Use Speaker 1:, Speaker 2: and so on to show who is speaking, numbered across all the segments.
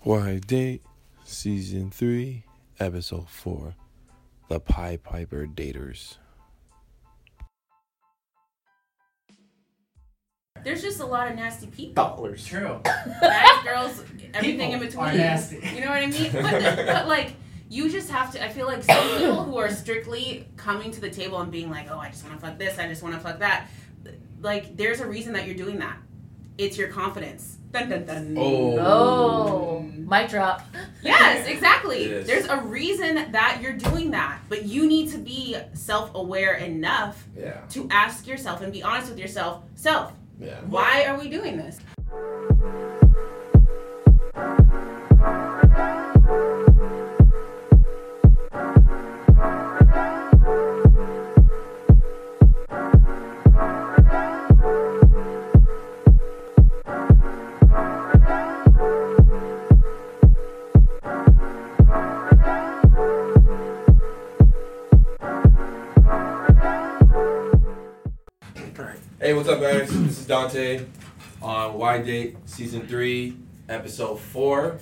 Speaker 1: Why Date, Season 3, Episode 4 The Pie Piper Daters.
Speaker 2: There's just a lot of nasty people.
Speaker 3: dollars.
Speaker 4: True.
Speaker 2: Bad girls, everything in
Speaker 4: People
Speaker 2: between.
Speaker 4: are nasty.
Speaker 2: You know what I mean? But, but like, you just have to. I feel like some people who are strictly coming to the table and being like, "Oh, I just want to fuck this. I just want to fuck that." Like, there's a reason that you're doing that. It's your confidence. Dun dun dun.
Speaker 1: Oh.
Speaker 5: Oh, mic drop.
Speaker 2: Yes, exactly.
Speaker 1: Yes.
Speaker 2: There's a reason that you're doing that, but you need to be self-aware enough
Speaker 3: Yeah,
Speaker 2: to ask yourself and be honest with yourself. Self,
Speaker 3: yeah.
Speaker 2: why are we doing this?
Speaker 1: Hey, what's up, guys? this is Dante on Why Date, Season 3, Episode 4.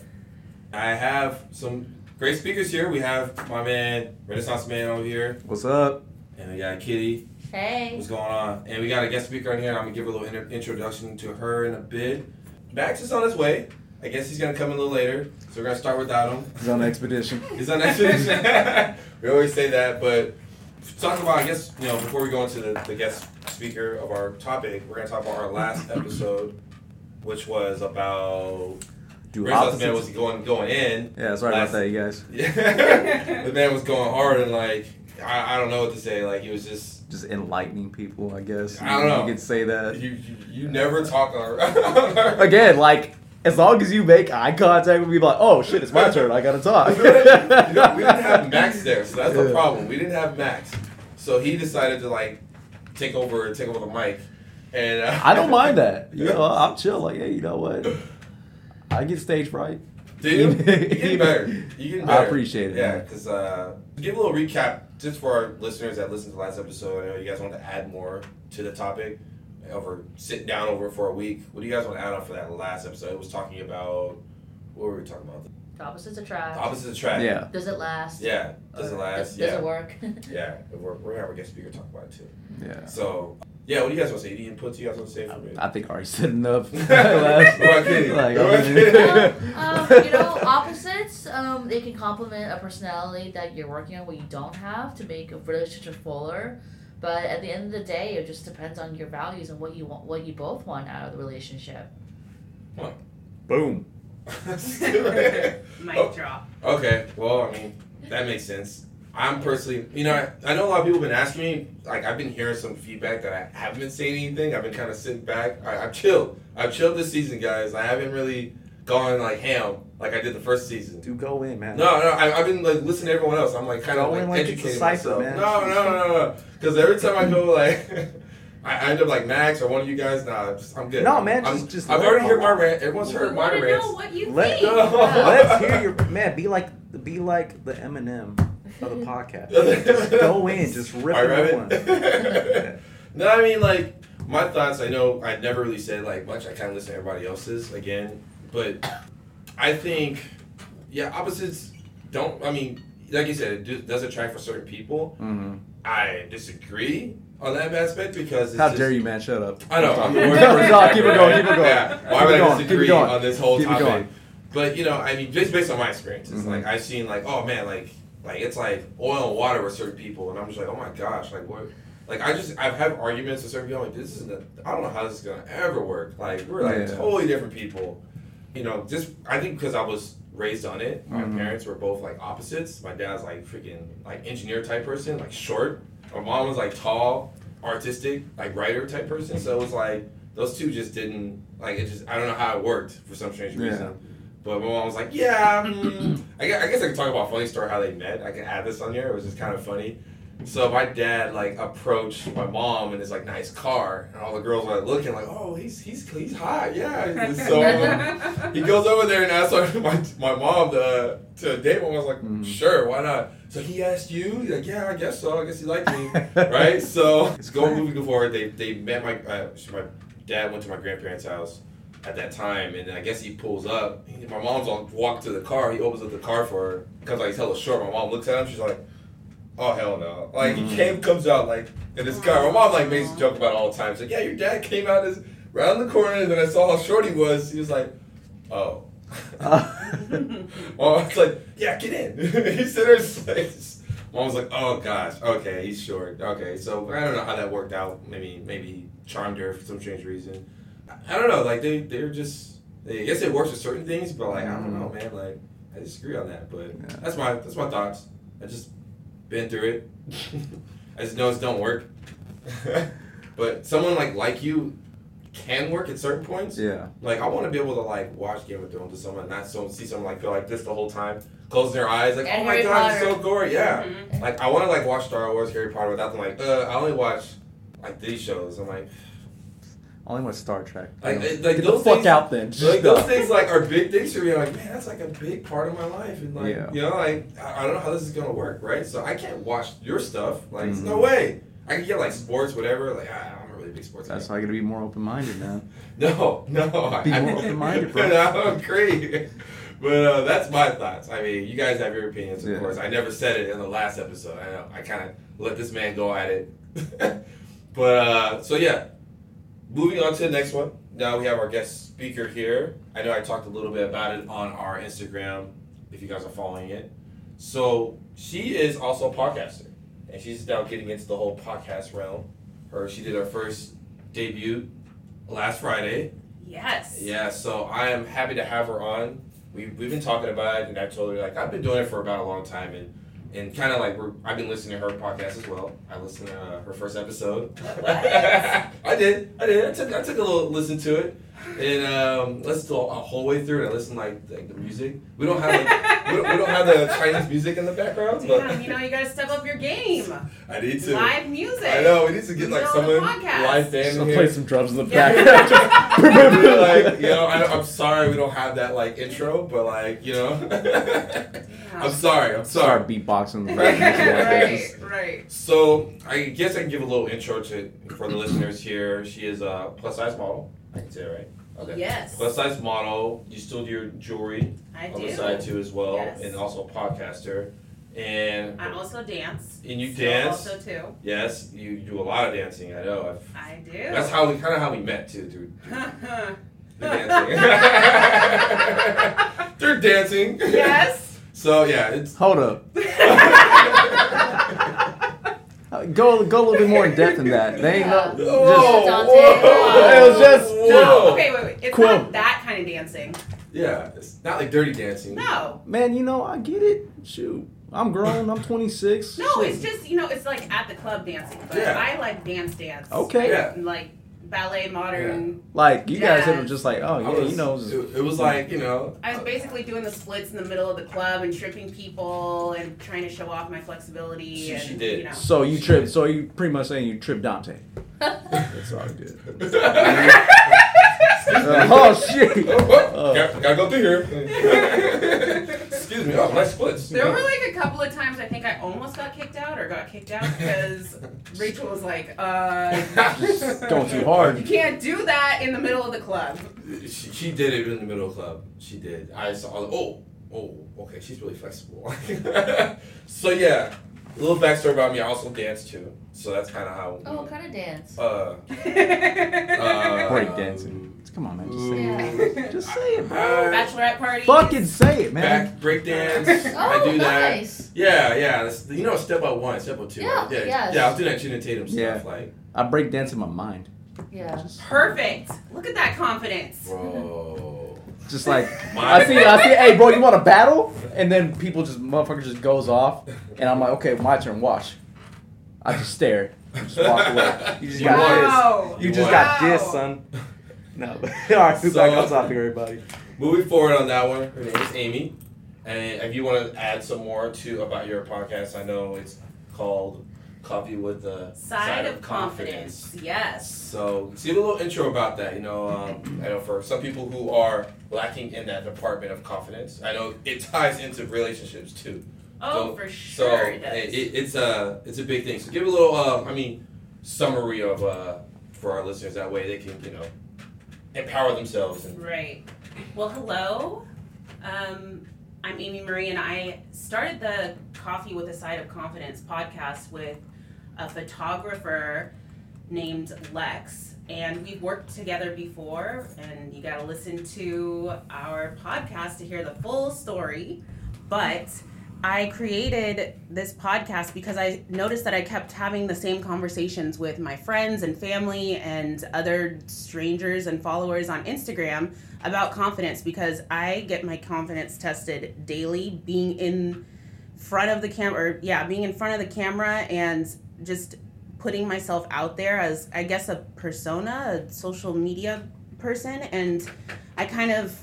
Speaker 1: I have some great speakers here. We have my man, Renaissance Man, over here,
Speaker 3: What's up?
Speaker 1: and we got Kitty.
Speaker 5: Hey.
Speaker 1: What's going on? And we got a guest speaker on here. I'm gonna give a little inter- introduction to her in a bit. Max is on his way. I guess he's gonna come a little later, so we're gonna start without him.
Speaker 3: He's on an expedition.
Speaker 1: He's on expedition. we always say that, but talk about I guess you know before we go into the, the guest speaker of our topic, we're gonna talk about our last episode, which was about
Speaker 6: do
Speaker 1: Renaissance
Speaker 6: opposites.
Speaker 1: man was going going in.
Speaker 6: yeah, sorry
Speaker 1: last-
Speaker 6: about that, you guys.
Speaker 1: Yeah, the man was going hard and like I, I don't know what to say. Like he was just.
Speaker 6: Just enlightening people, I guess.
Speaker 1: I don't know.
Speaker 6: You could say that
Speaker 1: You, you, you never talk on her.
Speaker 6: again. Like as long as you make eye contact with people, like, oh shit, it's my turn. I gotta talk.
Speaker 1: You know, we didn't have Max there, so that's the problem. We didn't have Max, so he decided to like take over take over the mic. And uh,
Speaker 6: I don't mind that. You know, I'm chill. Like, hey, you know what? I get stage fright.
Speaker 1: Dude, you getting better. You getting
Speaker 6: I
Speaker 1: better.
Speaker 6: appreciate it,
Speaker 1: Yeah,
Speaker 6: man.
Speaker 1: because uh, give a little recap just for our listeners that listened to the last episode. I know you guys wanted to add more to the topic over sit down over for a week. What do you guys want to add on for that last episode? It was talking about what were we talking about?
Speaker 5: Opposites
Speaker 1: The
Speaker 5: attract.
Speaker 1: opposite attract.
Speaker 6: Yeah.
Speaker 5: Does it last?
Speaker 1: Yeah. Does it
Speaker 5: Or
Speaker 1: last?
Speaker 5: Does,
Speaker 1: yeah.
Speaker 5: does it work?
Speaker 1: Yeah, we're, we're gonna have a guest speaker talk about it too.
Speaker 6: Yeah.
Speaker 1: So, yeah, what do you guys want to say? Any inputs you guys want to say from it?
Speaker 6: I think I already said enough.
Speaker 1: We're kidding.
Speaker 6: Like,
Speaker 1: We're
Speaker 6: I mean-
Speaker 1: kidding.
Speaker 5: um, you know, opposites. Um, they can complement a personality that you're working on, what you don't have, to make a relationship fuller. But at the end of the day, it just depends on your values and what you want, what you both want out of the relationship.
Speaker 6: Boom.
Speaker 2: Mic
Speaker 1: Oh.
Speaker 2: drop.
Speaker 1: okay, well, I mean, that makes sense. I'm personally, you know, I, I know a lot of people have been asking me, like, I've been hearing some feedback that I haven't been saying anything. I've been kind of sitting back. I, I've chilled. I've chilled this season, guys. I haven't really gone, like, ham like I did the first season.
Speaker 6: Do go in, man.
Speaker 1: No, no, I, I've been like listening to everyone else. I'm like kind of
Speaker 6: Go
Speaker 1: like,
Speaker 6: in like it's a
Speaker 1: educating
Speaker 6: cipher,
Speaker 1: myself.
Speaker 6: man.
Speaker 1: No, no, no, no, because every time I go like, I I end up like Max or one of you guys. Nah, I'm just, I'm good.
Speaker 6: No, man,
Speaker 1: I'm,
Speaker 6: just- just
Speaker 1: I've
Speaker 6: let
Speaker 1: already
Speaker 6: it
Speaker 1: heard my
Speaker 6: all out.
Speaker 1: rant. Everyone's heard
Speaker 2: We
Speaker 1: my
Speaker 2: wanna
Speaker 1: rants.
Speaker 2: know what you
Speaker 6: Let
Speaker 2: think.
Speaker 1: go.
Speaker 6: Let's hear your man. Be like, be like the Eminem of the podcast. just go in, just rip
Speaker 1: All
Speaker 6: it
Speaker 1: right,
Speaker 6: one.
Speaker 1: Rabbit? no, I mean like my thoughts. I know I never really said like much. I kind of listen to everybody else's again, but I think yeah, opposites don't. I mean, like you said, it do, does attract for certain people.
Speaker 6: Mm-hmm.
Speaker 1: I disagree on that aspect because it's
Speaker 6: How
Speaker 1: just,
Speaker 6: dare you, man? Shut up.
Speaker 1: I know. I'm
Speaker 6: Keep
Speaker 1: the worst
Speaker 6: it going,
Speaker 1: person
Speaker 6: keep
Speaker 1: ever.
Speaker 6: it going, keep it going.
Speaker 1: Yeah.
Speaker 6: Keep
Speaker 1: Why
Speaker 6: it
Speaker 1: would I
Speaker 6: going, keep it
Speaker 1: disagree
Speaker 6: going.
Speaker 1: on this whole
Speaker 6: Keep it
Speaker 1: topic?
Speaker 6: going.
Speaker 1: But you know, I mean, just based on my experiences,
Speaker 6: Mhm.
Speaker 1: like I've seen, like oh man, like like it's like oil and water with certain people, and I'm just like, oh my gosh, like what? Like I just I've had arguments with certain people. I'm like this isn't. A, I don't know how this is gonna ever work. Like we're like
Speaker 6: Yeah.
Speaker 1: totally different people. You know, just I think because I was raised on it. My
Speaker 6: Mhm.
Speaker 1: parents were both like opposites. My dad's like freaking like engineer type person, like short. My mom was like tall, artistic, like writer type person. So it was like those two just didn't like it. Just I don't know how it worked for some strange
Speaker 6: Yeah.
Speaker 1: reason. But my mom was like, yeah. mm. I, guess, I guess I could talk about a funny story how they met. I can add this on here. It was just kind of funny. So my dad like approached my mom in his like nice car, and all the girls were like looking like, oh, he's he's he's hot, yeah. And so um, he goes over there and asks her- my, my mom to, to date him. I was like,
Speaker 6: Mhm.
Speaker 1: sure, why not? So he asked you? He's like, yeah, I guess so. I guess he liked me, right? So it's going moving forward. They they met my uh, so my dad went to my grandparents' house. at that time, and then I guess he pulls up. He- my mom's on walk to the car. He opens up the car for her because like he's hella short. My mom looks at him. She's like, "Oh hell no!" Like he
Speaker 6: Mhm.
Speaker 1: came comes out like in his car. My mom like makes a joke about it all the time. She's like, "Yeah, your dad came out as round the corner, and then I saw how short he was." He was like, "Oh." Mom was like, yeah, get in. he said there's like Mom was like, oh gosh, okay, he's short. Okay, so I don't know how that worked out. Maybe maybe he charmed her for some strange reason. I, I don't know. Like they they're just. I guess it works with certain things, but like I don't know, man. Like I disagree on that, but
Speaker 6: Yeah.
Speaker 1: that's my that's my thoughts. I just been through it. I just know it don't work. but someone like like you can work at certain points.
Speaker 6: yeah.
Speaker 1: Like I want to be able to like watch Game of Thrones with someone, and not so see someone like feel like this the whole time, closing their eyes like,
Speaker 5: And
Speaker 1: oh my
Speaker 5: Harry
Speaker 1: god, it's so
Speaker 5: Potter. Mm-hmm.
Speaker 1: gory. Yeah,
Speaker 2: Mhm.
Speaker 1: like I want to like watch Star Wars, Harry Potter without them. Like, uh, I only watch like these shows. I'm like,
Speaker 6: Only with Star Trek.
Speaker 1: Like,
Speaker 6: Yeah.
Speaker 1: it- like,
Speaker 6: Get the
Speaker 1: those
Speaker 6: fuck
Speaker 1: things-
Speaker 6: out then. Just
Speaker 1: like those
Speaker 6: go.
Speaker 1: things like are big things for me. I'm like, man, that's like a big part of my life, and like
Speaker 6: Yeah.
Speaker 1: you know, like I I don't know how this is gonna work, right? So I can't watch your stuff. Like, there's no
Speaker 6: Mhm.
Speaker 1: way. I can get like sports, whatever. Like, I, I'm a really big sports.
Speaker 6: That's
Speaker 1: guy.
Speaker 6: why I gotta be more open minded now.
Speaker 1: No, no.
Speaker 6: Be
Speaker 1: I-
Speaker 6: more open-minded, bro.
Speaker 1: No, I agree. But uh, that's my thoughts. I mean, you guys have your opinions, of
Speaker 6: Yeah.
Speaker 1: course. I never said it in the last episode. I know. I kind of let this man go at it. but uh, so yeah, moving on to the next one. Now we have our guest speaker here. I know I talked a little bit about it on our Instagram. If you guys are following it, so she is also a podcaster, and she's now getting into the whole podcast realm. Her she did her first debut last Friday.
Speaker 2: Yes.
Speaker 1: Yeah, so I am happy to have her on. We we've been talking about it, and I told her like I've been doing it for about a long time, and and kind of like we're, I've been listening to her podcast as well. I listened to uh, her first episode.
Speaker 2: What?
Speaker 1: I did, I did. I took I took a little listen to it, and um, listened to a whole way through, and I listened like like the music. We don't have like, we, don't, we don't have the Chinese music in the background, but
Speaker 2: Damn, you know, you gotta step up your game.
Speaker 1: I need to.
Speaker 2: Live music.
Speaker 1: I know we need to get
Speaker 2: You
Speaker 1: like
Speaker 2: know, the
Speaker 1: someone
Speaker 2: podcast.
Speaker 1: live band
Speaker 3: Just
Speaker 1: in
Speaker 3: gonna
Speaker 1: here.
Speaker 3: play some drums in the
Speaker 2: Yeah.
Speaker 3: background.
Speaker 1: like, you know, I, I'm sorry we don't have that like intro, but like, you know,
Speaker 2: Yeah.
Speaker 1: I'm sorry, I'm sorry.
Speaker 6: Start beatboxing in the background.
Speaker 2: right, right.
Speaker 1: So I guess I can give a little intro to for the listeners here. She is a plus size model. I can say it right. Okay.
Speaker 2: Yes.
Speaker 1: Plus size model. You still do your jewelry
Speaker 2: I
Speaker 1: on the
Speaker 2: do.
Speaker 1: side too as well,
Speaker 2: Yes.
Speaker 1: and also a podcaster. And
Speaker 2: I also dance.
Speaker 1: and you
Speaker 2: Still
Speaker 1: dance.
Speaker 2: Also too.
Speaker 1: Yes, you do a lot of dancing. I know. I've,
Speaker 2: I do.
Speaker 1: that's how we kind of how we met too through the dancing.
Speaker 2: yes.
Speaker 1: They're dancing. So yeah, it's
Speaker 6: Hold up. Uh, Go go a little bit more in depth than that. They ain't no.
Speaker 5: Yeah.
Speaker 6: Just,
Speaker 5: Whoa.
Speaker 1: whoa,
Speaker 6: It was just-
Speaker 1: whoa.
Speaker 2: Okay, wait, wait. It's
Speaker 6: Cool.
Speaker 2: not that kind of dancing.
Speaker 1: Yeah, it's not like dirty dancing.
Speaker 2: No.
Speaker 6: man, you know I get it. Shoot, I'm grown. I'm 26.
Speaker 2: No,
Speaker 6: Shit.
Speaker 2: it's just, you know, it's like at the club dancing. But
Speaker 1: Yeah.
Speaker 2: I like dance dance.
Speaker 6: Okay.
Speaker 1: Yeah.
Speaker 2: Like ballet, modern.
Speaker 6: like you guys
Speaker 2: Yeah.
Speaker 6: are just like, oh
Speaker 1: I
Speaker 6: yeah,
Speaker 1: was-
Speaker 6: you know. just-
Speaker 1: it, it was like you know.
Speaker 2: I was basically doing the splits in the middle of the club and tripping people and trying to show off my flexibility.
Speaker 1: She-
Speaker 2: and,
Speaker 1: she did.
Speaker 2: You know.
Speaker 6: So you trip. So you pretty much saying you trip Dante. That's all good. Uh, oh shit.
Speaker 1: Oh,
Speaker 6: Uh.
Speaker 1: gotta, gotta go through here. Excuse me. Oh, my splits.
Speaker 2: There were like a couple of times I think I almost got kicked out or got kicked out because Rachel was like, uh,
Speaker 1: Just
Speaker 6: going too hard.
Speaker 2: you can't do that in the middle of the club.
Speaker 1: She, she did it in the middle of the club. She did. I saw. I was like, oh, oh, okay. She's really flexible. so yeah, a little backstory about me. I also dance too. So that's kind of how.
Speaker 5: Oh, what kind of dance?
Speaker 1: Uh, uh,
Speaker 2: Bachelorette
Speaker 6: Break dancing. Come on, man. Just say
Speaker 1: ooh.
Speaker 6: it. Just say it, bro.
Speaker 1: Uh,
Speaker 2: party.
Speaker 6: Fucking say it, man.
Speaker 1: back breakdance.
Speaker 5: Oh,
Speaker 1: I do that.
Speaker 5: nice.
Speaker 1: Yeah, yeah. That's, you know, step up one, step up two.
Speaker 5: Yeah,
Speaker 1: right? yeah,
Speaker 5: yes.
Speaker 1: yeah. I was doing that Channing Tatum stuff.
Speaker 6: Yeah.
Speaker 1: Like,
Speaker 6: I break dance in my mind.
Speaker 5: Yeah.
Speaker 6: Just,
Speaker 2: Perfect. Look at that confidence.
Speaker 1: bro.
Speaker 6: just like
Speaker 1: My-
Speaker 6: I see, I see. Hey, bro, you want a battle? And then people just motherfucker just goes off, and I'm like, okay, my turn. Watch. I just stare. Just walk away. You just
Speaker 1: You
Speaker 6: got
Speaker 2: Wow.
Speaker 6: this. You just
Speaker 1: Wow.
Speaker 6: got this, son. No. all right,
Speaker 1: So-
Speaker 6: so, back on topic, everybody.
Speaker 1: Moving forward on that one, her name is Amy. And if you want to add some more to about your podcast, I know it's called Coffee with the
Speaker 2: Side of confidence. Yes.
Speaker 1: So, see a little intro about that. You know, um, I know for some people who are lacking in that department of confidence, I know it ties into relationships too.
Speaker 2: Oh,
Speaker 1: So-
Speaker 2: for
Speaker 1: So
Speaker 2: sure.
Speaker 1: it,
Speaker 2: it does.
Speaker 1: it, it's a it's a big thing. So give a um, little, uh, I mean, summary of uh, for our listeners. That way they can you know empower themselves. And
Speaker 2: Right. Well, hello. Um, I'm Amy Marie, and I started the Coffee with a Side of Confidence podcast with a photographer named Lex. And we've worked together before, and you got to listen to our podcast to hear the full story. But I created this podcast because I noticed that I kept having the same conversations with my friends and family and other strangers and followers on Instagram about confidence because I get my confidence tested daily being in front of the camera yeah, being in front of the camera and just putting myself out there as I guess a persona, a social media person and I kind of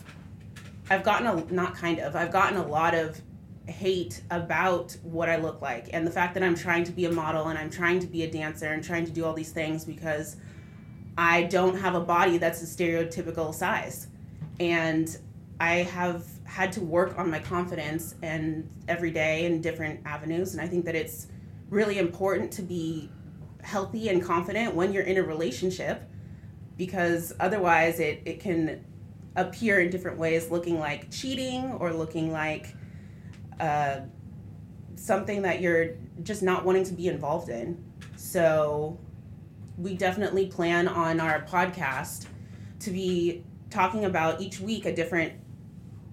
Speaker 2: I've gotten a not kind of I've gotten a lot of hate about what I look like and the fact that I'm trying to be a model and I'm trying to be a dancer and trying to do all these things because I don't have a body that's a stereotypical size. And I have had to work on my confidence and every day in different avenues and I think that it's really important to be healthy and confident when you're in a relationship because otherwise it, it can appear in different ways looking like cheating or looking like uh, something that you're just not wanting to be involved in. So we definitely plan on our podcast to be talking about each week a different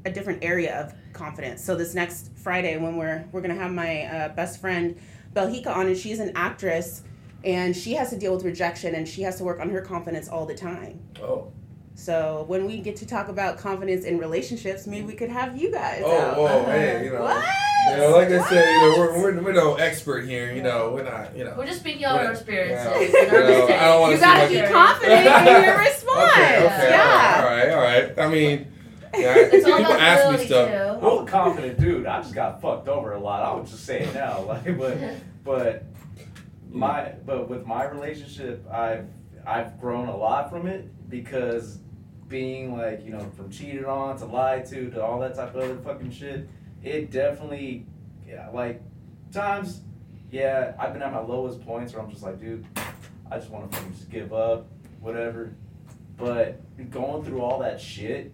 Speaker 2: a different area of confidence. So this next Friday when we're we're going to have my uh, best friend Belhika on and she's an actress and she has to deal with rejection and she has to work on her confidence all the time.
Speaker 1: oh,
Speaker 2: So when we get to talk about confidence in relationships, maybe we could have you guys.
Speaker 1: oh,
Speaker 2: out.
Speaker 1: whoa, hey, you know.
Speaker 2: What?
Speaker 1: You know, like I said, you know,
Speaker 2: What?
Speaker 1: we're, we're, we're no expert here. You know, we're not. You know.
Speaker 5: We're just speaking out of our experiences.
Speaker 1: Yeah.
Speaker 5: and our
Speaker 1: No, I don't
Speaker 5: mistakes.
Speaker 1: wanna
Speaker 2: You
Speaker 1: see
Speaker 2: gotta
Speaker 1: like
Speaker 2: be
Speaker 1: a-
Speaker 2: confident in your response.
Speaker 1: Okay, okay,
Speaker 2: yeah.
Speaker 1: All right, all right. I mean, yeah,
Speaker 5: It's all
Speaker 1: people
Speaker 5: about
Speaker 1: ask me
Speaker 5: ability
Speaker 1: stuff.
Speaker 5: too.
Speaker 3: I'm a confident dude. I just got fucked over a lot. I would just say it now, like, but but my but with my relationship, I've I've grown a lot from it because being like you know from cheated on to lied to to all that type of other fucking shit, it definitely yeah, like times yeah I've been at my lowest points where I'm just like dude, I just want to fucking just give up, whatever. But going through all that shit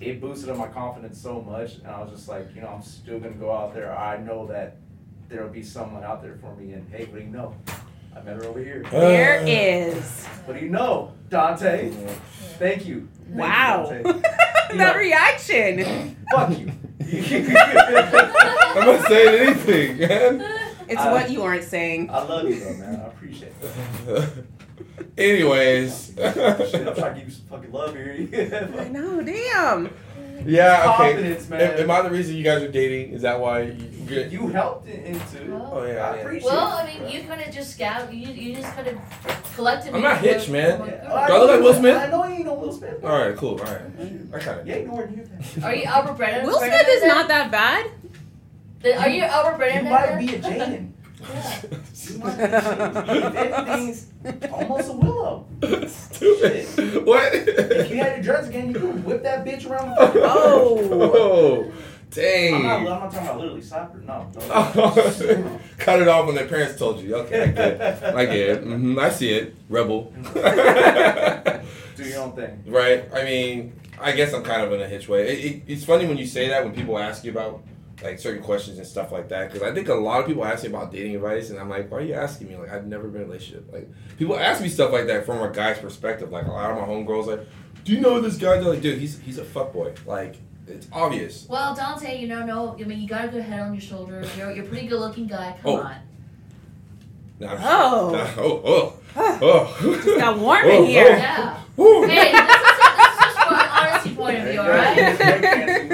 Speaker 3: it boosted up my confidence so much and I was just like, you know, I'm still gonna go out there. I know that there'll be someone out there for me and hey, what do you know? I met her over here.
Speaker 2: There
Speaker 1: Uh,
Speaker 2: is.
Speaker 3: What do you know? Dante. Thank you. Thank you,
Speaker 2: Wow.
Speaker 3: Dante.
Speaker 2: that reaction.
Speaker 3: Fuck you.
Speaker 1: I'm not saying anything, man.
Speaker 2: It's
Speaker 3: Uh,
Speaker 2: what you aren't saying.
Speaker 3: I love you though, man. I appreciate it.
Speaker 1: Anyways.
Speaker 3: Shit, I'm trying to give you some fucking love
Speaker 2: I
Speaker 3: here.
Speaker 2: know, damn.
Speaker 1: yeah, okay.
Speaker 3: Confidence, man.
Speaker 1: Am, am I the reason you guys are dating? Is that why you get
Speaker 3: you helped it into.
Speaker 5: Well,
Speaker 1: Oh yeah.
Speaker 3: I
Speaker 1: yeah.
Speaker 3: appreciate
Speaker 5: well, I mean, you kind of just scout. You you just kind of collected.
Speaker 1: I'm not Hitch,
Speaker 5: Oh
Speaker 1: man.
Speaker 3: Yeah.
Speaker 1: Do I look like Will Smith?
Speaker 3: I know you ain't no Will Smith.
Speaker 1: All right, cool. All right.
Speaker 3: Mm-hmm.
Speaker 1: I kind of.
Speaker 3: You ain't nowhere near that.
Speaker 5: Are you Albert Brennan?
Speaker 2: Will
Speaker 5: Brennan
Speaker 2: Smith is
Speaker 5: then?
Speaker 2: not that bad.
Speaker 5: Then Are you Albert
Speaker 3: You
Speaker 5: Brennan?
Speaker 3: might
Speaker 5: then?
Speaker 3: be a Jaden. You might be a Jaden. That
Speaker 2: That's
Speaker 3: thing's almost a Willow.
Speaker 1: Stupid. What?
Speaker 3: If you had your dreads again, you could whip that bitch around the fucking
Speaker 2: Oh.
Speaker 1: Oh, Dang.
Speaker 3: I'm not, I'm not talking about literally soccer, no.
Speaker 1: Oh. Cut it off when their parents told you. Okay, I get it. I get it. hmm I see it. Rebel.
Speaker 3: Do your own thing.
Speaker 1: right? I mean, I guess I'm kind of in a hitch way. It, it, it's funny when you say that when people ask you about like certain questions and stuff like that because I think a lot of people ask me about dating advice and I'm like, why are you asking me? Like, I've never been in a relationship. Like, people ask me stuff like that from a guy's perspective. Like, a lot of my homegirls like, do you know this guy? They're like, dude, he's he's a fuckboy. Like, it's obvious.
Speaker 5: Well, Dante, you know, no. I mean, you got a good head on your shoulders. You're, you're a pretty good looking guy. Come
Speaker 1: Oh.
Speaker 5: on.
Speaker 1: Nah, I'm-
Speaker 2: Oh.
Speaker 1: Nah, oh, oh, oh.
Speaker 2: Just got warm in
Speaker 1: Oh,
Speaker 2: here.
Speaker 5: Yeah.
Speaker 1: Woo.
Speaker 5: Hey, that's just, that's just from an honesty point of
Speaker 3: There
Speaker 5: view, all
Speaker 3: you go.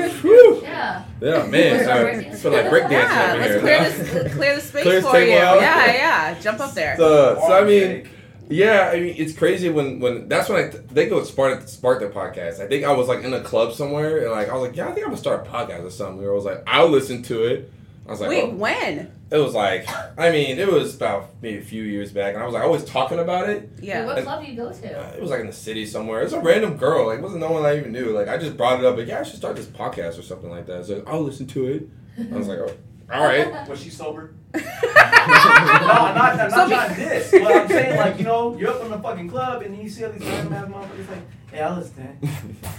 Speaker 5: right?
Speaker 1: Whew.
Speaker 5: Yeah.
Speaker 1: Yeah, man.
Speaker 5: Start
Speaker 1: I
Speaker 5: breakdancing.
Speaker 1: feel like breakdancing
Speaker 2: Yeah,
Speaker 1: over
Speaker 2: let's
Speaker 1: here.
Speaker 2: clear this clear the space
Speaker 1: Clear this
Speaker 2: for you.
Speaker 1: table out.
Speaker 2: Yeah, yeah. Jump up there.
Speaker 1: So, so I
Speaker 3: Arm
Speaker 1: mean,
Speaker 3: shake.
Speaker 1: Yeah, I mean it's crazy when when that's when I th- they go spark spark their podcast. I think I was like in a club somewhere and like I was like, yeah, I think I'm gonna start a podcast or something. Where I was like, I'll listen to it. I was like,
Speaker 2: Wait,
Speaker 1: oh.
Speaker 2: when?
Speaker 1: it was like, I mean, it was about maybe a few years back, and I was like always talking about it.
Speaker 5: Dude,
Speaker 2: Yeah.
Speaker 5: what club do you go to?
Speaker 1: Uh, It was like in the city somewhere. It was a random girl. Like, it wasn't no one I even knew. Like, I just brought it up. Like, yeah, I should start this podcast or something like that. So I'll listen to it. I was like, oh, all right.
Speaker 3: Was she sober? no, I'm not, I'm
Speaker 2: So
Speaker 3: not trying this. But I'm saying, like, you know, you're up in the fucking club and you see all these random ass motherfuckers like, hey, I listen.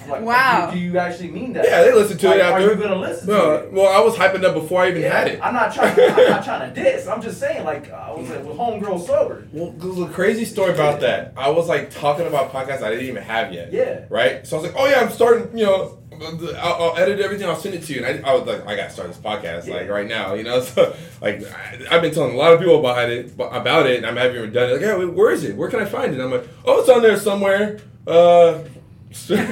Speaker 3: I'm like,
Speaker 2: Wow.
Speaker 3: Do you actually mean that?
Speaker 1: Yeah, they listen to
Speaker 3: Like,
Speaker 1: it
Speaker 3: Are
Speaker 1: after.
Speaker 3: you gonna listen to
Speaker 1: No,
Speaker 3: it?
Speaker 1: well, I was hyping up before I even
Speaker 3: Yeah,
Speaker 1: had it.
Speaker 3: I'm not trying. I'm not trying to diss. I'm just saying, like, uh, I was like, with homegirl sober.
Speaker 1: Well, there's a crazy story about that. I was like talking about podcasts I didn't even have yet.
Speaker 3: Yeah.
Speaker 1: Right. So I was like, oh yeah, I'm starting. You know, I'll, I'll edit everything. I'll send it to you. And I, I was like, I gotta start this podcast like
Speaker 3: Yeah.
Speaker 1: right now. You know, so like I, I've been telling a lot of people about it, about it, and I haven't even done it. Like, yeah, wait, where is it? Where can I find it? And I'm like, oh, it's on there somewhere. Uh,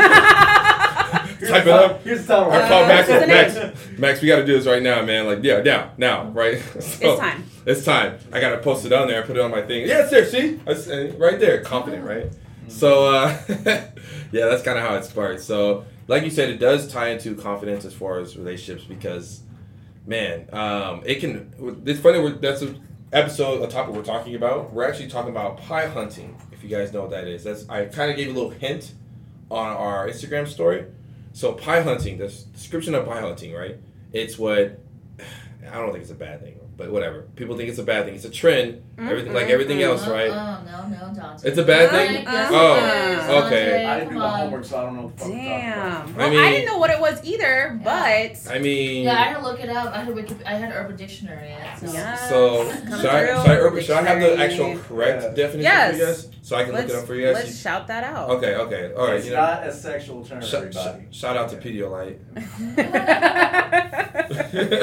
Speaker 1: type it up.
Speaker 3: Here's the title.
Speaker 1: I call
Speaker 2: Uh,
Speaker 1: Max.
Speaker 2: what's
Speaker 1: Max,
Speaker 2: his name?
Speaker 1: Max, we got to do this right now, man. Like, yeah, now, now, right? So,
Speaker 2: It's time.
Speaker 1: It's time. I got to post it on there. I put it on my thing. Yeah, it's there. See, I s- uh, right there. Confident, right?
Speaker 2: Mm-hmm.
Speaker 1: So, uh, yeah, that's kind of how it starts. So, like you said, it does tie into confidence as far as relationships because, man, um, it can. It's funny. We're, that's a episode, a topic we're talking about. We're actually talking about pie hunting. If you guys know what that is, that's I kind of gave a little hint on our Instagram story. So pie hunting, the s- description of pie hunting, right? It's what I don't think it's a bad thing, but whatever. People think it's a bad thing. It's a trend. Everything like
Speaker 2: Mm,
Speaker 1: everything
Speaker 2: mm,
Speaker 1: else, right?
Speaker 5: Oh, no, no, Dante.
Speaker 1: It's a bad thing?
Speaker 5: Yes,
Speaker 2: Oh,
Speaker 5: yes,
Speaker 1: okay.
Speaker 5: Dante,
Speaker 3: I didn't do
Speaker 5: come
Speaker 3: my
Speaker 5: on.
Speaker 3: homework, so I don't know what the fuck I'm talking about.
Speaker 2: Damn.
Speaker 1: I
Speaker 2: Well, I,
Speaker 1: mean-
Speaker 2: didn't know what it was either, but
Speaker 1: I mean,
Speaker 5: Yeah, I had to look it up. I had, Wikip- I had Urban Dictionary. Yet, so.
Speaker 2: Yes.
Speaker 1: so
Speaker 2: Come
Speaker 1: should I,
Speaker 2: through.
Speaker 1: should, I, urban- should I have the
Speaker 2: Dictionary.
Speaker 1: actual correct
Speaker 3: Yeah.
Speaker 1: definition for you
Speaker 2: Yes.
Speaker 1: guys so I can
Speaker 2: let's,
Speaker 1: look it up for you
Speaker 2: let's
Speaker 1: guys?
Speaker 2: shout that out.
Speaker 1: okay, okay, all right.
Speaker 3: it's
Speaker 1: You know,
Speaker 3: not a sexual term,
Speaker 1: sh-
Speaker 3: everybody.
Speaker 1: sh- shout out to Pedialyte.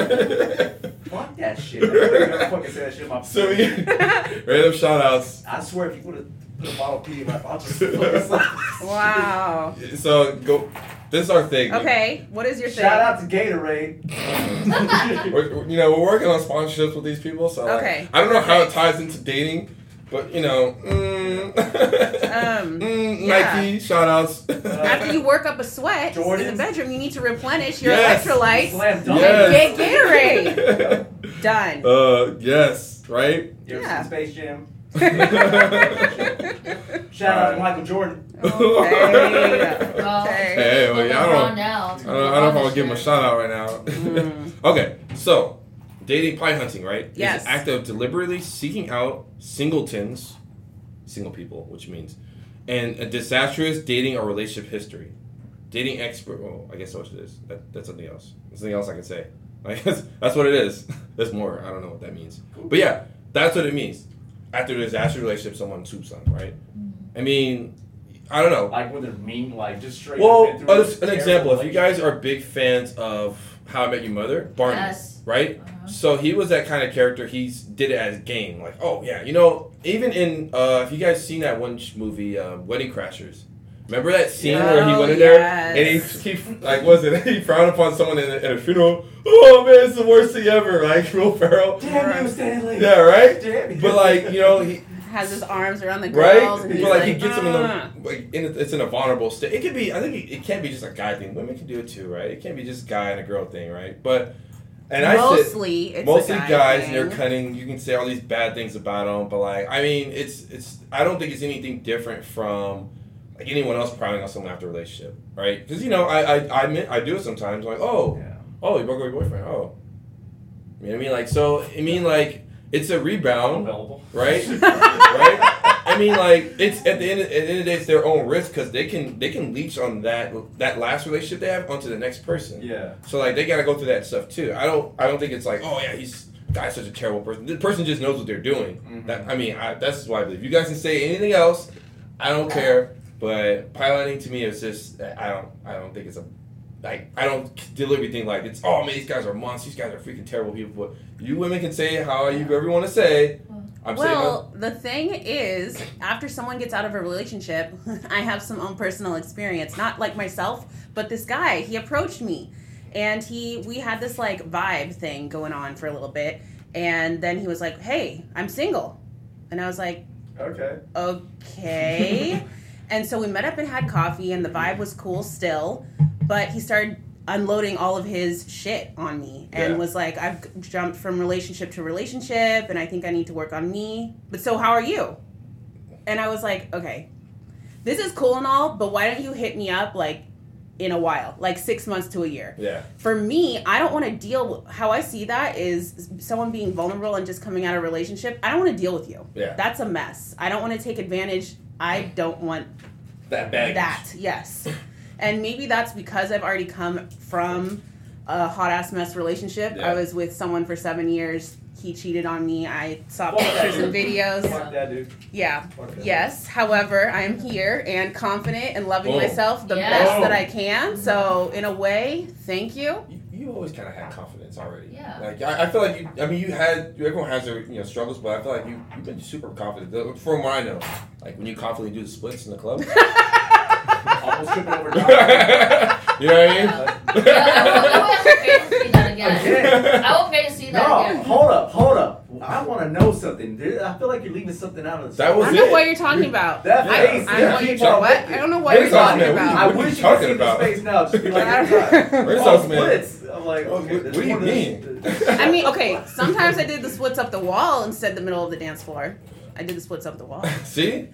Speaker 3: Fuck that shit. I'm really gonna fucking say that shit in my
Speaker 1: so we random shout outs.
Speaker 3: I swear, if you would have put a bottle of pee in my I'll just fucking
Speaker 2: wow.
Speaker 1: So go. This is our thing.
Speaker 2: Okay, what is your thing?
Speaker 3: Shout out to Gatorade.
Speaker 1: We're, we're- you know, we're working on sponsorships with these people, so like,
Speaker 2: Okay.
Speaker 1: I don't know how it ties into dating, but you know, mm,
Speaker 2: Um,
Speaker 1: mm,
Speaker 2: yeah.
Speaker 1: Nike shout outs.
Speaker 2: After you work up a sweat in
Speaker 3: Jordan's-
Speaker 2: the bedroom, you need to replenish your
Speaker 1: Yes.
Speaker 2: electrolytes.
Speaker 3: Slam dunk.
Speaker 1: Yes.
Speaker 2: Get Gatorade. Done.
Speaker 1: uh, yes, right.
Speaker 3: You ever
Speaker 2: Yeah.
Speaker 3: seen Space Jam?
Speaker 2: okay.
Speaker 3: Shout out to
Speaker 1: Alright.
Speaker 3: Michael Jordan.
Speaker 5: Well,
Speaker 2: Okay.
Speaker 1: Hey, well, yeah, I
Speaker 5: LeBron
Speaker 1: don't,
Speaker 5: Now.
Speaker 1: I don't, I don't know if I want to give him a shout out right now.
Speaker 2: Mm.
Speaker 1: okay, so dating pie hunting, right? is
Speaker 2: Yes.
Speaker 1: an act of deliberately seeking out singletons, single people, which means, and a disastrous dating or relationship history. Dating expert. Well, I guess that's what it is. That, that's something else. That's something else I can say. Like that's, that's what it is. That's more. I don't know what that means. But yeah, that's what it means. After a disastrous relationship, someone swoops on, right? I mean, I don't know.
Speaker 3: Like when they're mean, like just straight.
Speaker 1: Well,
Speaker 3: been through
Speaker 1: uh,
Speaker 3: a
Speaker 1: an
Speaker 3: terrible
Speaker 1: example. If you guys
Speaker 3: relationship.
Speaker 1: are big fans of How I Met Your Mother, Barney,
Speaker 5: Yes.
Speaker 1: right?
Speaker 5: Uh-huh.
Speaker 1: So he was that kind of character. He did it as game, like, oh yeah, you know. Even in uh, if you guys seen that one sh- movie, uh, Wedding Crashers. Remember that scene where he
Speaker 2: Oh,
Speaker 1: went in
Speaker 2: yes.
Speaker 1: there and he, he like was it he frowned upon someone in a, at a funeral? Oh man, it's the worst thing ever! Like Will Ferrell.
Speaker 3: Damn you, Stanley.
Speaker 1: Yeah, right.
Speaker 3: Damn you.
Speaker 1: But like you know, he,
Speaker 2: Has his arms around the
Speaker 1: right?
Speaker 2: girls and
Speaker 1: But
Speaker 2: he's
Speaker 1: like,
Speaker 2: like,
Speaker 1: he gets them in
Speaker 2: "Ah."
Speaker 1: the like in a, it's in a vulnerable state. It could be I think it, it can't be just a guy thing. Women can do it too, right? It can't be just guy and a girl thing, right? But and I said
Speaker 2: mostly it's a
Speaker 1: mostly
Speaker 2: guy
Speaker 1: guys and
Speaker 2: thing.
Speaker 1: they're cunning. You can say all these bad things about them, but like I mean, it's it's I don't think it's anything different from like anyone else prowling on someone after a relationship, right? Because you know I I I, admit, I do it sometimes. Like oh
Speaker 3: Yeah.
Speaker 1: oh you broke up with your boyfriend oh you know what I mean like so I mean like it's a rebound
Speaker 3: Available.
Speaker 1: right? right? I mean, like it's at the end. Of, at the end of the day, it's their own risk because they can they can leech on that that last relationship they have onto the next person.
Speaker 3: Yeah.
Speaker 1: So like they gotta go through that stuff too. I don't I don't think it's like oh yeah he's guy's such a terrible person. The person just knows what they're doing.
Speaker 3: Mhm.
Speaker 1: That I mean I, that's why I believe. You guys can say anything else, I don't care. But piloting to me is just I don't I don't think it's a like I don't deliberately think like it's oh man these guys are monsters these guys are freaking terrible people. But you women can say how you ever want to say. I'm saying uh, my-
Speaker 2: well, the thing is, after someone gets out of a relationship, I have some own personal experience. Not like myself, but this guy, he approached me and he we had this like vibe thing going on for a little bit and then he was like, "Hey, I'm single." And I was like,
Speaker 3: Okay.
Speaker 2: okay. and so we met up and had coffee, and the vibe was cool still. But he started unloading all of his shit on me and
Speaker 1: Yeah.
Speaker 2: was like, I've jumped from relationship to relationship, and I think I need to work on me. But so, how are you? And I was like, okay, this is cool and all, but why don't you hit me up like in a while, like six months to a year.
Speaker 1: Yeah.
Speaker 2: For me, I don't want to deal with how I see that is someone being vulnerable and just coming out of a relationship. I don't want to deal with you.
Speaker 1: Yeah.
Speaker 2: That's a mess. I don't want to take advantage. I don't want
Speaker 1: That baggage.
Speaker 2: that, yes. And maybe that's because I've already come from a hot ass mess relationship.
Speaker 1: Yeah.
Speaker 2: I was with someone for seven years. He cheated on me. I saw
Speaker 3: Fuck that
Speaker 2: pictures and
Speaker 3: dude.
Speaker 2: videos.
Speaker 3: Fuck that dude.
Speaker 2: Yeah.
Speaker 3: Fuck that.
Speaker 2: Yes. However, I'm here and confident and loving
Speaker 1: Boom.
Speaker 2: myself the
Speaker 5: Yeah.
Speaker 2: best that
Speaker 1: Boom.
Speaker 2: I can. So, in a way, thank you.
Speaker 1: You, you always kind of had confidence already.
Speaker 5: Yeah.
Speaker 1: Like I, I feel like you. I mean, you had. You, everyone has their you know struggles, but I feel like you you've been super confident The- from what I know. Like when you confidently do the splits in the club.
Speaker 3: Almost tripping over.
Speaker 1: you know what I mean?
Speaker 5: Yeah, I would pay to see that again.
Speaker 3: Again.
Speaker 5: I would pay to see that
Speaker 3: No,
Speaker 5: again.
Speaker 3: hold up, hold up. I want to know something. Dude. I feel like you're leaving something out of the
Speaker 1: That
Speaker 2: I
Speaker 1: was
Speaker 2: don't know
Speaker 1: it.
Speaker 2: what you're talking about.
Speaker 3: That
Speaker 2: I,
Speaker 1: face,
Speaker 2: I,
Speaker 1: yeah.
Speaker 2: don't
Speaker 1: Keep
Speaker 2: know
Speaker 1: talking.
Speaker 2: what, I don't know what
Speaker 1: What
Speaker 2: you're
Speaker 1: are you
Speaker 2: talking
Speaker 1: talking
Speaker 2: about.
Speaker 1: about?
Speaker 3: I
Speaker 1: What are you
Speaker 3: wish you could
Speaker 1: talking
Speaker 3: see the
Speaker 1: about?
Speaker 3: space now. Just be like,
Speaker 2: I don't-
Speaker 3: "Yeah,
Speaker 1: Where's
Speaker 3: oh,
Speaker 1: those men?"
Speaker 3: splits. I'm like,
Speaker 1: What-
Speaker 3: okay,
Speaker 1: what
Speaker 3: there's
Speaker 1: do you
Speaker 3: more than-
Speaker 1: mean?
Speaker 2: I mean, okay, sometimes I did the splits up the wall instead the middle of the dance floor. I did the splits up the wall.
Speaker 1: See?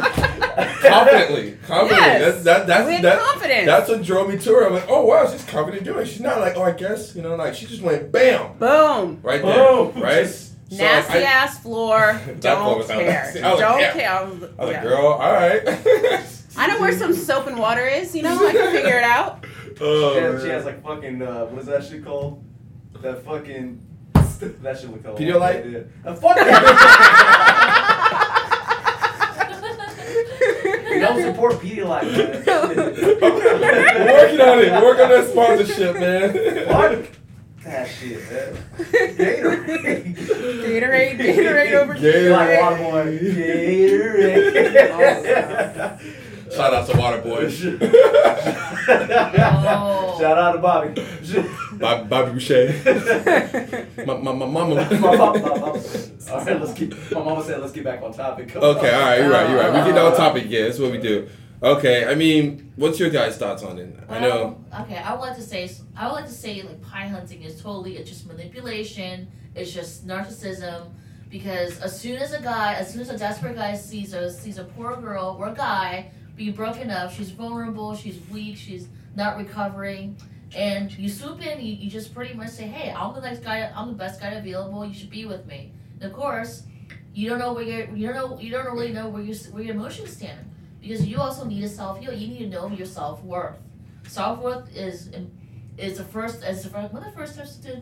Speaker 3: Confident.
Speaker 1: confidently, confidently.
Speaker 2: Yes.
Speaker 1: That's that, that's
Speaker 2: With
Speaker 1: that,
Speaker 2: confidence.
Speaker 1: That's what drove me to her. I'm like, oh wow, she's confident doing. it. She's not like, oh, I guess you know, like she just went bam
Speaker 2: Boom.
Speaker 1: right there,
Speaker 3: Oh.
Speaker 1: right? So, like,
Speaker 2: Nasty
Speaker 1: I,
Speaker 2: ass floor.
Speaker 1: That floor
Speaker 2: Don't
Speaker 1: was out.
Speaker 2: care.
Speaker 1: See, I was like,
Speaker 2: Don't
Speaker 1: yeah.
Speaker 2: care. I was-
Speaker 1: I was
Speaker 2: yeah.
Speaker 1: like, girl, all right.
Speaker 2: I know where some soap and water is, you know? I can figure it out.
Speaker 1: oh,
Speaker 3: She has, she
Speaker 1: man.
Speaker 3: has like fucking uh, what's that shit called? That fucking that shit look called.
Speaker 1: Pedialyte?
Speaker 3: Yeah. Uh, fuck that. We don't support Pedialyte. Man.
Speaker 1: We're working on it. We're working on that sponsorship, man.
Speaker 3: Fuck that shit, man. Gatorade.
Speaker 2: Gatorade, Gatorade over
Speaker 1: Gatorade.
Speaker 3: Like Waterboy. Gatorade.
Speaker 1: Shout out to Waterboy.
Speaker 5: Oh.
Speaker 3: Shout out to Bobby.
Speaker 1: Bob, Bobby Boucher. My, my, my mama.
Speaker 3: my mom, my mom. All right, let's get. My mama said, let's get back on topic. Come
Speaker 1: Okay,
Speaker 3: on.
Speaker 1: all right, you're right, you're right. We get on topic. Yeah, that's what we do. Okay, I mean, what's your guys' thoughts on it? I know.
Speaker 5: Um, okay, I would like to say I would like to say like pie hunting is totally it's just manipulation. It's just narcissism, because as soon as a guy, as soon as a desperate guy sees a sees a poor girl or guy be broken up, she's vulnerable, she's weak, she's not recovering, and you swoop in, you, you just pretty much say, hey, I'm the next guy, I'm the best guy available. You should be with me. And of course, you don't know where your you don't know you don't really know where your where your emotions stand because you also need to self heal. You need to know your self worth. Self worth is um, is the first is the first, one of the first steps to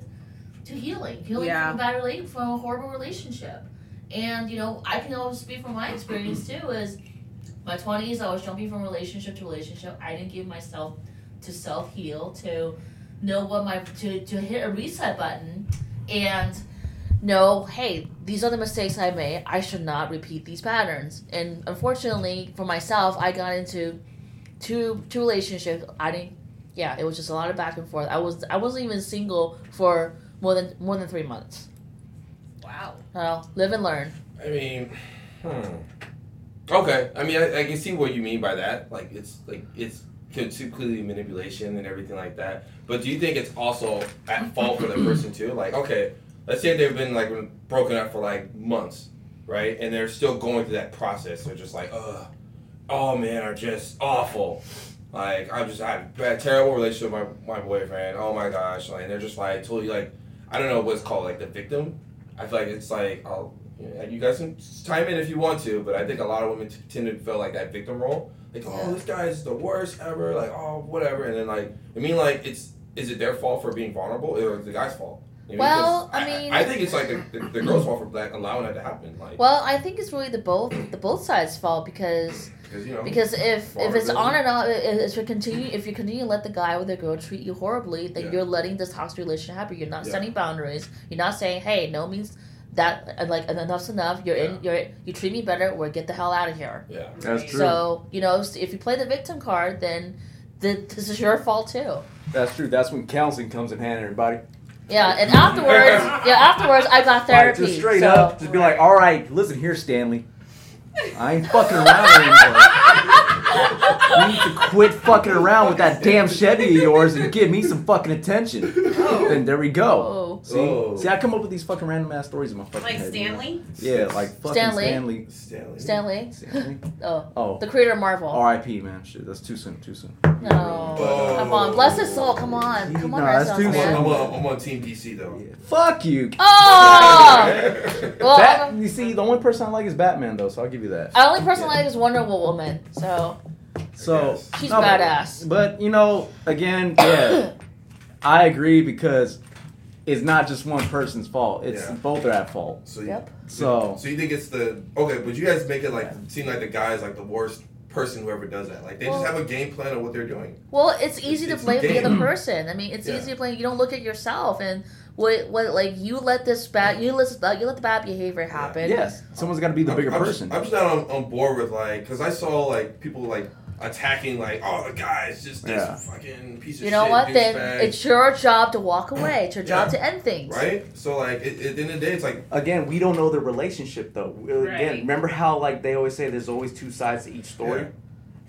Speaker 5: to healing, healing
Speaker 2: Yeah.
Speaker 5: from a bad relate from a horrible relationship. And you know, I can also speak from my experience too. Is my twenties, I was jumping from relationship to relationship. I didn't give myself to self heal to know what my to to hit a reset button and know hey these are the mistakes i made i should not repeat these patterns and unfortunately for myself i got into two two relationships. I didn't. Yeah, it was just a lot of back and forth. I was I wasn't even single for more than more than three months.
Speaker 2: Wow.
Speaker 5: Uh, live and learn.
Speaker 1: I mean, hmm. Okay, I mean, I, I can see what you mean by that. Like, it's like it's completely manipulation and everything like that. But do you think it's also at fault for the person too? Like, okay, let's say they've been like broken up for like months, right? And they're still going through that process. They're just like, ugh, all men are just awful. Like, I'm just I had a bad- terrible relationship with my my boyfriend. Oh my gosh, like they're just like totally like I don't know what's called like the victim. I feel like it's like I'll. yeah, You guys can chime in if you want to, but I think a lot of women t- tend to feel like that victim role. Like, oh, this guy is the worst ever. Like, oh, whatever. And then like, I mean, like, it's is it their fault for being vulnerable, or is it the guy's fault? I mean, 'cause
Speaker 5: Well, I mean-
Speaker 1: I, think it's like the, the, the girl's fault for like allowing that to happen. Like,
Speaker 5: Well, I think it's really the both the both sides fault because
Speaker 1: because you know,
Speaker 5: because if if
Speaker 1: Vulnerability.
Speaker 5: it's on and off, if you continue if you continue to let the guy or the girl treat you horribly, then
Speaker 1: Yeah.
Speaker 5: you're letting this toxic relationship happen. You're not
Speaker 1: Yeah.
Speaker 5: setting boundaries. You're not saying hey no means that and like enough's enough. You're in you're you treat me better or get the hell out of here.
Speaker 1: yeah,
Speaker 6: That's true.
Speaker 5: So you know, if you play the victim card, then th- this is your fault too.
Speaker 6: That's true. That's when counseling comes in hand, everybody.
Speaker 5: Yeah, and afterwards, yeah, afterwards I got
Speaker 6: Like,
Speaker 5: therapy.
Speaker 6: just straight
Speaker 5: so,
Speaker 6: up, just be like, all right, listen here, Stanley. I ain't fucking around anymore.
Speaker 3: You need to quit fucking around with that damn Chevy of yours and give me some fucking attention. Then there we go.
Speaker 5: Oh.
Speaker 3: See,
Speaker 1: Oh.
Speaker 3: see, I come up with these fucking random ass stories in my fucking
Speaker 2: Like
Speaker 3: head, you know?
Speaker 2: Stanley?
Speaker 3: Yeah, like fucking
Speaker 5: Stanley.
Speaker 3: Stanley.
Speaker 1: Stanley.
Speaker 5: Stanley.
Speaker 3: Stanley.
Speaker 5: Oh.
Speaker 3: Oh,
Speaker 5: The creator of Marvel.
Speaker 3: R.I.P. Man, shit, that's too soon, too soon.
Speaker 5: No.
Speaker 1: Oh.
Speaker 5: Come on. Bless his soul. Come on. Come on,
Speaker 3: Nah, that's
Speaker 5: Renaissance
Speaker 3: too
Speaker 1: I'm on,
Speaker 5: man.
Speaker 3: soon.
Speaker 1: I'm, on, I'm on Team DC though.
Speaker 3: Yeah. Fuck you.
Speaker 5: Oh! Well, uh,
Speaker 3: Bat-
Speaker 5: I'm-
Speaker 3: you see, the only person I like is Batman though, so I'll give you that.
Speaker 5: I only person I like is Wonder Woman, so
Speaker 3: So
Speaker 1: Yes.
Speaker 5: she's
Speaker 3: No, but-
Speaker 5: badass.
Speaker 3: But you know, again, yeah, I agree because it's not just one person's fault. It's
Speaker 1: Yeah.
Speaker 3: both are at fault.
Speaker 1: So you,
Speaker 5: Yep.
Speaker 3: So-
Speaker 1: so you think it's the okay? But you guys make it like seem like the guy is like the worst person who ever does that. Like they
Speaker 5: Well-
Speaker 1: just have a game plan of what they're doing.
Speaker 5: Well, it's easy to
Speaker 1: it's a
Speaker 5: blame the
Speaker 1: game.
Speaker 5: other person. I mean, it's
Speaker 1: Yeah.
Speaker 5: easy to blame. You don't look at yourself and what what like you let this bad you let you let the bad behavior happen.
Speaker 3: Yes, someone's got to be the
Speaker 1: I'm-
Speaker 3: bigger
Speaker 1: I'm just-
Speaker 3: person.
Speaker 1: I'm just not on, on board with like because I saw like people like attacking like oh the guy's just this
Speaker 3: Yeah.
Speaker 1: fucking piece of
Speaker 5: You know
Speaker 1: shit,
Speaker 5: what? Then
Speaker 1: douchebag,"
Speaker 5: it's your job to walk away. It's your job
Speaker 1: Yeah.
Speaker 5: to end things.
Speaker 1: right. So like it, at the end of the day, it's like
Speaker 3: Again, we don't know the relationship though. Uh, Again,
Speaker 2: Right.
Speaker 3: remember how like they always say there's always two sides to each story.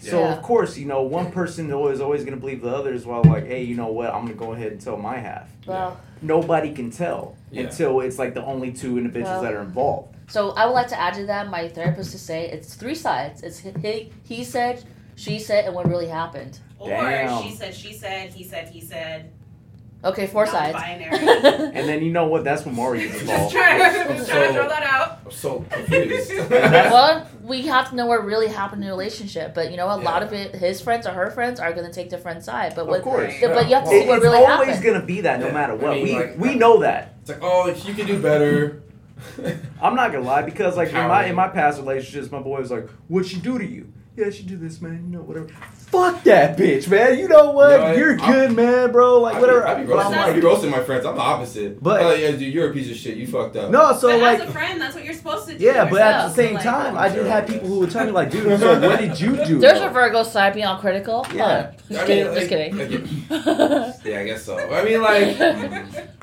Speaker 1: Yeah.
Speaker 3: So
Speaker 5: Yeah.
Speaker 3: of course, you know, one person is always going to believe the others. While like, hey, you know what? I'm going to go ahead and tell my half.
Speaker 5: Well,
Speaker 3: Nobody can tell
Speaker 1: Yeah.
Speaker 3: until it's like the only two individuals
Speaker 5: Well-
Speaker 3: that are involved.
Speaker 5: so I would like to add to that my therapist to say it's three sides. It's he- he he said, she said, and what really happened.
Speaker 2: Or
Speaker 3: Damn.
Speaker 2: she said, she said, he said, he said.
Speaker 5: Okay, four sides.
Speaker 2: Non-binary.
Speaker 3: And then you know what? That's when Mario's
Speaker 2: Just
Speaker 3: involved.
Speaker 2: trying, just trying
Speaker 1: So-
Speaker 2: to throw that out.
Speaker 1: I'm so confused.
Speaker 5: well, we have to know what really happened in the relationship, but you know, a lot
Speaker 1: Yeah.
Speaker 5: of it, his friends or her friends are gonna take the friend's side. But
Speaker 3: Of
Speaker 5: what,
Speaker 3: course.
Speaker 5: the- but you have to
Speaker 1: Well,
Speaker 5: see what
Speaker 3: it's
Speaker 5: really
Speaker 3: always
Speaker 5: happened.
Speaker 3: gonna be that no
Speaker 1: Yeah.
Speaker 3: matter
Speaker 1: I
Speaker 3: what.
Speaker 1: mean,
Speaker 3: we
Speaker 1: like-
Speaker 3: we know that.
Speaker 1: It's like oh you can do better.
Speaker 3: I'm not gonna lie because like in my
Speaker 1: Coward.
Speaker 3: in my past relationships, my boy was like, "What'd she do to you?" Yeah, she do this, man. You know, whatever. Fuck that bitch, man. You know what?
Speaker 1: You know what?
Speaker 3: You're
Speaker 1: I'm-
Speaker 3: good, man, bro.
Speaker 1: I
Speaker 3: Like
Speaker 1: be,
Speaker 3: whatever.
Speaker 1: I be
Speaker 3: But I'm
Speaker 1: roasting, I be
Speaker 3: like,
Speaker 1: roasting my friends. I'm the opposite.
Speaker 3: But-
Speaker 1: oh, yeah, dude, you're a piece of shit. You fucked up.
Speaker 3: no. So
Speaker 2: but
Speaker 3: like,
Speaker 2: as a friend, that's what you're supposed to do.
Speaker 3: yeah. But at the
Speaker 5: yourself,
Speaker 3: same
Speaker 5: like-
Speaker 3: time, I did
Speaker 1: Sure.
Speaker 3: have people who would tell me like, "Dude, so what did you do?"
Speaker 5: There's
Speaker 3: though?
Speaker 5: a Virgo side beyond critical. Huh.
Speaker 3: Yeah.
Speaker 5: Just
Speaker 1: I
Speaker 5: kidding.
Speaker 1: mean,
Speaker 5: just kidding.
Speaker 1: like- Yeah, I guess so. I mean, like, I,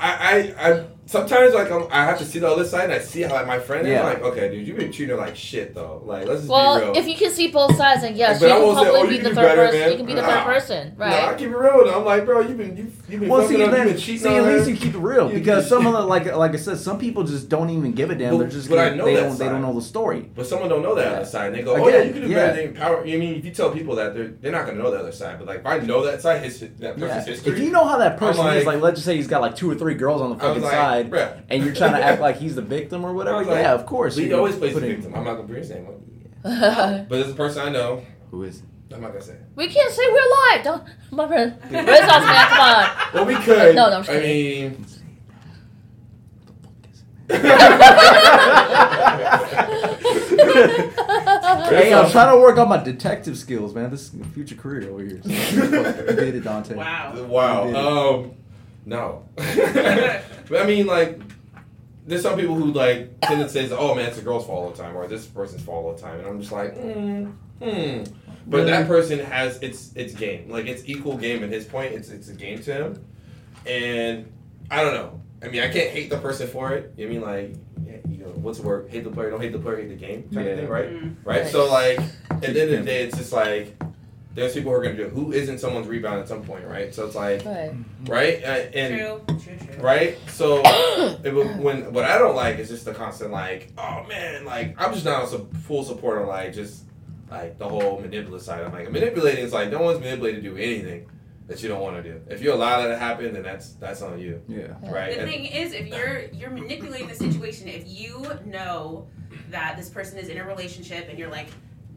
Speaker 1: I, I sometimes like I'm, I have to see the other side and I see how like, my friend
Speaker 3: Yeah.
Speaker 1: is like, okay, dude, you've been treating her like shit though. Like, let's just be
Speaker 5: well,
Speaker 1: real.
Speaker 5: if you can see both sides, then yes,
Speaker 1: But
Speaker 5: you
Speaker 1: I
Speaker 5: can
Speaker 1: won't say,
Speaker 5: probably
Speaker 1: "Oh,
Speaker 5: be
Speaker 1: you
Speaker 5: the
Speaker 1: can do
Speaker 5: third
Speaker 1: better,
Speaker 5: person.
Speaker 1: man."
Speaker 5: You can be the
Speaker 1: Nah.
Speaker 5: third person,
Speaker 1: Nah, I
Speaker 5: right?
Speaker 1: keep it real. though. I'm like, bro, you've been you've, you've been
Speaker 3: Well,
Speaker 1: fucking
Speaker 3: see,
Speaker 1: up, you've
Speaker 3: then
Speaker 1: been cheating
Speaker 3: see,
Speaker 1: on
Speaker 3: at
Speaker 1: her.
Speaker 3: least you keep it real
Speaker 1: You-
Speaker 3: because some of the like, like I said, some people just don't even give a damn.
Speaker 1: But-
Speaker 3: They're just
Speaker 1: but
Speaker 3: gonna,
Speaker 1: I know
Speaker 3: they
Speaker 1: that
Speaker 3: don't they
Speaker 1: side.
Speaker 3: don't know the story.
Speaker 1: But someone don't know that other side, and they go, "Oh
Speaker 3: Again,
Speaker 1: yeah, you can do
Speaker 3: yeah.
Speaker 1: better than power." I mean, if you tell people that, they're they're not gonna know the other side. But like, if I know that side, his that person's
Speaker 3: Yeah.
Speaker 1: history.
Speaker 3: If you know how that
Speaker 1: I'm
Speaker 3: person is,
Speaker 1: like-
Speaker 3: like let's just say he's got like two or three girls on the
Speaker 1: I was
Speaker 3: fucking
Speaker 1: like,
Speaker 3: side,
Speaker 1: bruh.
Speaker 3: and you're trying to act like he's the victim or
Speaker 1: I
Speaker 3: whatever.
Speaker 1: was like,
Speaker 3: yeah, of course.
Speaker 1: Lee
Speaker 3: you're
Speaker 1: always
Speaker 3: gonna
Speaker 1: plays the
Speaker 3: put in-
Speaker 1: victim. I'm not gonna bring his name up. But there's a person I know.
Speaker 3: Who is?
Speaker 1: I'm not gonna say.
Speaker 5: we can't say we're live. Don't, my friend. Renaissance man, come on.
Speaker 1: Well, we could.
Speaker 5: No, no, I'm just
Speaker 1: I
Speaker 5: kidding.
Speaker 1: mean,
Speaker 3: Hey, I'm trying to work on my detective skills, man. This is a future career over here. So, you did it, Dante.
Speaker 2: Wow.
Speaker 1: wow.
Speaker 3: You did it.
Speaker 1: Um, no. but I mean, like, there's some people who like tend to say, "Oh man, it's a girl's fault all the time," or "This person's fault all the time," and I'm just like, hmm. hmm. But
Speaker 3: Really?
Speaker 1: that person has it's it's game. Like it's equal game at his point. It's it's a game to him, and I don't know. I mean, I can't hate the person for it. I mean, like, yeah, you know, what's the word? Hate the player, don't hate the player, hate the game, type
Speaker 3: Yeah.
Speaker 1: of thing, right?
Speaker 2: Mm.
Speaker 1: Right.
Speaker 5: Right.
Speaker 1: So like, at the end of the day, it's just like there's people who are gonna do it. who isn't someone's rebound at some point, right? So it's like
Speaker 5: Right.
Speaker 1: right uh, and
Speaker 2: True. True. True.
Speaker 1: right. So it, would- when what I don't like is just the constant like, oh man, like I'm just not a su- full supporter like just like the whole manipulative side. I'm like manipulating is like no one's manipulated to do anything that you don't want to do. If you allow that to happen, then that's that's on you,
Speaker 3: Yeah.
Speaker 1: right?
Speaker 2: The
Speaker 1: And-
Speaker 2: thing is, if you're you're manipulating the situation, if you know that this person is in a relationship and you're like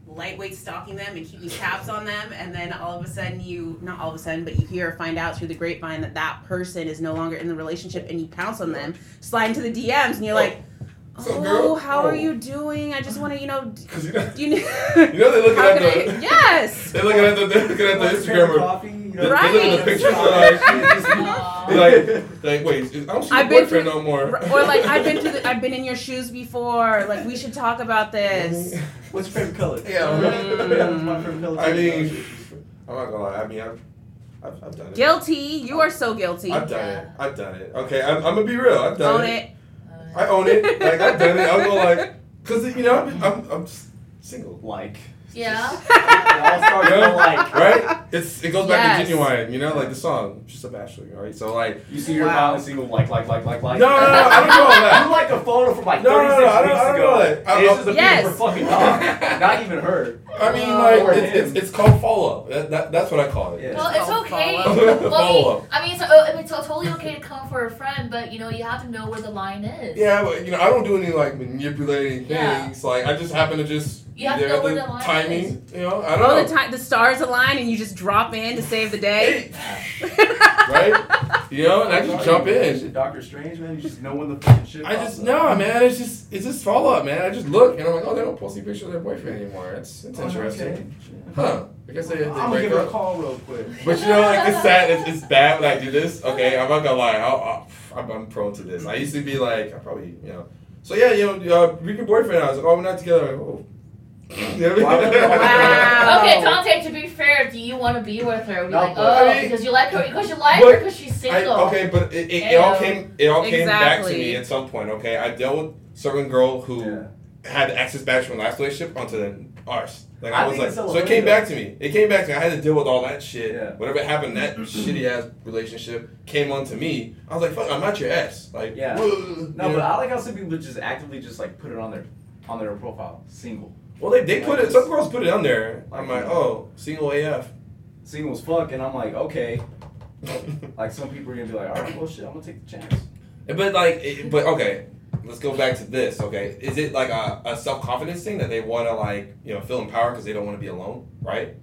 Speaker 2: lightweight stalking them and keeping tabs on them, and then all of a sudden you not all of a sudden, but you hear or find out through the grapevine that that person is no longer in the relationship, and you pounce on them, slide into the DMs, and you're like,
Speaker 1: Oh, so
Speaker 2: oh,
Speaker 1: girl-
Speaker 2: how are
Speaker 1: oh."
Speaker 2: you doing? I just want to, you know, d-
Speaker 1: Cause you know,
Speaker 2: do you know,
Speaker 1: you know they're looking
Speaker 2: how
Speaker 1: at
Speaker 2: can I,
Speaker 1: the
Speaker 2: yes.
Speaker 1: they're looking at the they're looking at the Instagram. They're
Speaker 2: Right.
Speaker 1: looking at the pictures and like,
Speaker 5: Aw.
Speaker 1: like, like, wait, I don't see your
Speaker 2: I've been
Speaker 1: boyfriend
Speaker 2: through-
Speaker 1: no more.
Speaker 2: Or like I've been to the, I've been in your shoes before. Like we should talk about
Speaker 1: Mm-hmm.
Speaker 2: this.
Speaker 7: What's your favorite color?
Speaker 1: Yeah.
Speaker 7: What's my favorite color?
Speaker 1: I mean, I'm not gonna lie. I mean, I've, I've, I've done it.
Speaker 2: Guilty. You are so guilty.
Speaker 1: I've done it. I've done it. Okay, I'm, I'm gonna be real. I've done
Speaker 2: Own it.
Speaker 1: I own it. Like I've done it. I'll go like, cause you know I'm, I'm, I'm s- single.
Speaker 7: like.
Speaker 5: Yeah.
Speaker 3: I'll start
Speaker 1: You know,
Speaker 3: going like,
Speaker 1: right? It's it goes back
Speaker 5: Yes.
Speaker 1: to genuine, you know, like the song. She's a bachelor, all right? So like,
Speaker 3: you see your
Speaker 2: Wow.
Speaker 3: mom single like, like, like, like, like.
Speaker 1: no, no, no, I don't know all that.
Speaker 3: You like a photo from like
Speaker 1: No, no, no,
Speaker 3: 36
Speaker 1: I don't-
Speaker 3: weeks
Speaker 1: I don't
Speaker 3: ago.
Speaker 1: know that. I-
Speaker 3: This is a
Speaker 5: Yes.
Speaker 3: beautiful fucking dog. Not even her.
Speaker 1: I mean,
Speaker 5: Oh.
Speaker 1: like it's, it's, it's called follow. That, that that's what I call it.
Speaker 3: Yeah.
Speaker 5: Well, it's
Speaker 2: Oh,
Speaker 5: okay.
Speaker 1: follow.
Speaker 5: Well, I mean, I mean, it's, oh, I mean, it's totally okay to come for a friend, but you know, you have to know where the line is.
Speaker 1: Yeah, but you know, I don't do any like manipulating
Speaker 5: Yeah.
Speaker 1: things. Like I just happen to just
Speaker 5: You have
Speaker 1: be
Speaker 5: to
Speaker 1: there
Speaker 5: know where
Speaker 1: at
Speaker 5: the line
Speaker 1: timing.
Speaker 5: is.
Speaker 1: You know, I don't
Speaker 2: All
Speaker 1: know.
Speaker 2: the time, the stars align and you just drop in to save the day.
Speaker 1: Hey, right? You know, and I just jump in.
Speaker 3: Doctor Strange, man, you just know when the fucking shit.
Speaker 1: I
Speaker 3: pops
Speaker 1: just
Speaker 3: up.
Speaker 1: no, man. It's just it's just follow up, man. I just look and I'm like, oh, they don't post any pictures of their boyfriend anymore. It's it's
Speaker 3: Oh,
Speaker 1: interesting,
Speaker 3: okay.
Speaker 1: huh? I guess they, they
Speaker 3: I'm gonna
Speaker 1: break
Speaker 3: give her a
Speaker 1: up.
Speaker 3: call real quick.
Speaker 1: But you know, like it's sad. It's, it's bad when I do this. Okay, I'm not gonna lie. I'll, i I'm, I'm prone to this. I used to be like, I probably, you know. So yeah, you know, uh, meet your boyfriend. I was like, oh, we're not together. Like, oh. You know what I mean?
Speaker 2: Wow.
Speaker 5: Okay, Dante. To be fair, do you want to be with her? We're
Speaker 3: No,
Speaker 5: like,
Speaker 1: but-
Speaker 5: oh,
Speaker 1: I mean-
Speaker 5: because you like her, because you like her,
Speaker 1: But
Speaker 5: because she's
Speaker 1: I,
Speaker 5: single.
Speaker 1: okay, but it, it, it all
Speaker 5: Ew.
Speaker 1: came it all came back to
Speaker 2: Exactly.
Speaker 1: me at some point. Okay, I dealt with certain girl who
Speaker 3: Yeah.
Speaker 1: had the access back from last relationship onto then ours. Like I,
Speaker 3: I
Speaker 1: was
Speaker 3: think
Speaker 1: like,
Speaker 3: it's
Speaker 1: so
Speaker 3: still
Speaker 1: it came
Speaker 3: illegal.
Speaker 1: back to me. It came back to me. I had to deal with all that shit.
Speaker 3: Yeah. Mm-hmm.
Speaker 1: Whatever happened, that shitty ass relationship came onto me. I was like, fuck, I'm not your ass. Like,
Speaker 3: Yeah.
Speaker 1: whoa, you
Speaker 3: No,
Speaker 1: know?
Speaker 3: but I like how some people just actively just like put it on their on their profile, single,
Speaker 1: well, they, they put it. Some girls put it on there. I'm
Speaker 3: Like-
Speaker 1: like, oh, single AF.
Speaker 3: single as fuck, and I'm like, okay. Like some people are gonna be like, all right, well shit, I'm gonna take the chance.
Speaker 1: But like, it, but okay, let's go back to this. Okay, is it like a, a self confidence thing that they want to like you know feel empowered because they don't want to be alone, right?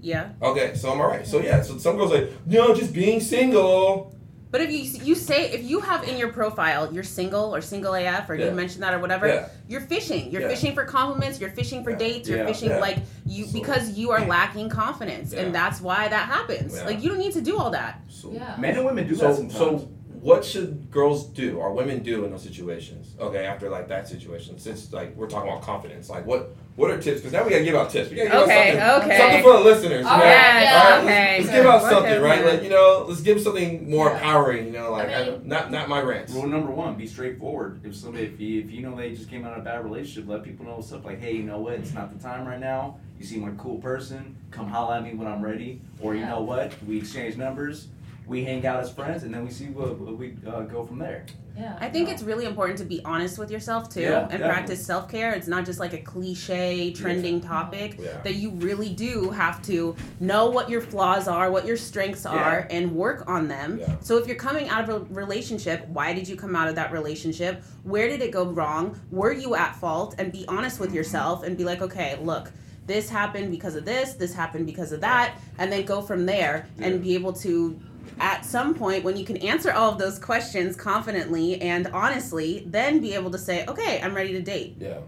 Speaker 2: Yeah,
Speaker 1: Okay, so I'm all right. So yeah, so some girls like no, just being single.
Speaker 2: but if you you say if you have in your profile you're single or single AF or
Speaker 1: Yeah.
Speaker 2: you mentioned that or whatever,
Speaker 1: Yeah,
Speaker 2: you're fishing. You're
Speaker 1: Yeah.
Speaker 2: fishing for compliments. You're fishing for
Speaker 1: Yeah.
Speaker 2: dates. You're
Speaker 3: Yeah.
Speaker 2: fishing
Speaker 1: Yeah.
Speaker 2: like you
Speaker 1: So-
Speaker 2: because you are lacking confidence,
Speaker 1: Yeah.
Speaker 2: and that's why that happens.
Speaker 1: Yeah.
Speaker 2: Like you don't need to do all that.
Speaker 1: so
Speaker 5: Yeah.
Speaker 3: Men and women do that
Speaker 1: so,
Speaker 3: sometimes.
Speaker 1: so what should girls do or women do in those situations? Okay, after like that situation, since like we're talking about confidence, like what what are tips? Because now we gotta give out tips. We gotta give out something. Something for the listeners. you
Speaker 5: All
Speaker 1: know?
Speaker 5: right, yeah,
Speaker 1: All right,
Speaker 2: okay.
Speaker 1: Let's, let's give out
Speaker 2: Okay,
Speaker 1: something, right?
Speaker 2: okay.
Speaker 1: Like you know, let's give something more
Speaker 5: Yeah.
Speaker 1: empowering. You know, like
Speaker 5: I
Speaker 1: I
Speaker 5: mean-
Speaker 1: not not my rants.
Speaker 3: Rule number one: be straightforward. If somebody, if you, if you know they just came out of a bad relationship, let people know what's up. Like, hey, you know what? It's not the time right now. You seem like a cool person. Come holla at me when I'm ready. Or you know what? We exchange numbers. We hang out as friends, and then we see what, what we uh, go from there.
Speaker 5: Yeah.
Speaker 2: I think it's really important to be honest with yourself too,
Speaker 3: Yeah,
Speaker 2: and
Speaker 3: definitely.
Speaker 2: practice self care. It's not just like a cliche trending topic.
Speaker 1: Yeah.
Speaker 2: that you really do have to know what your flaws are, what your strengths
Speaker 3: Yeah.
Speaker 2: are, and work on them.
Speaker 1: Yeah.
Speaker 2: So if you're coming out of a relationship, why did you come out of that relationship? Where did it go wrong? Were you at fault? And be honest with yourself and be like, okay, look. This happened because of this, this happened because of that, and then go from there
Speaker 3: Yeah.
Speaker 2: and be able to, at some point, when you can answer all of those questions confidently and honestly, then be able to say, okay, I'm ready to date.
Speaker 1: Yeah.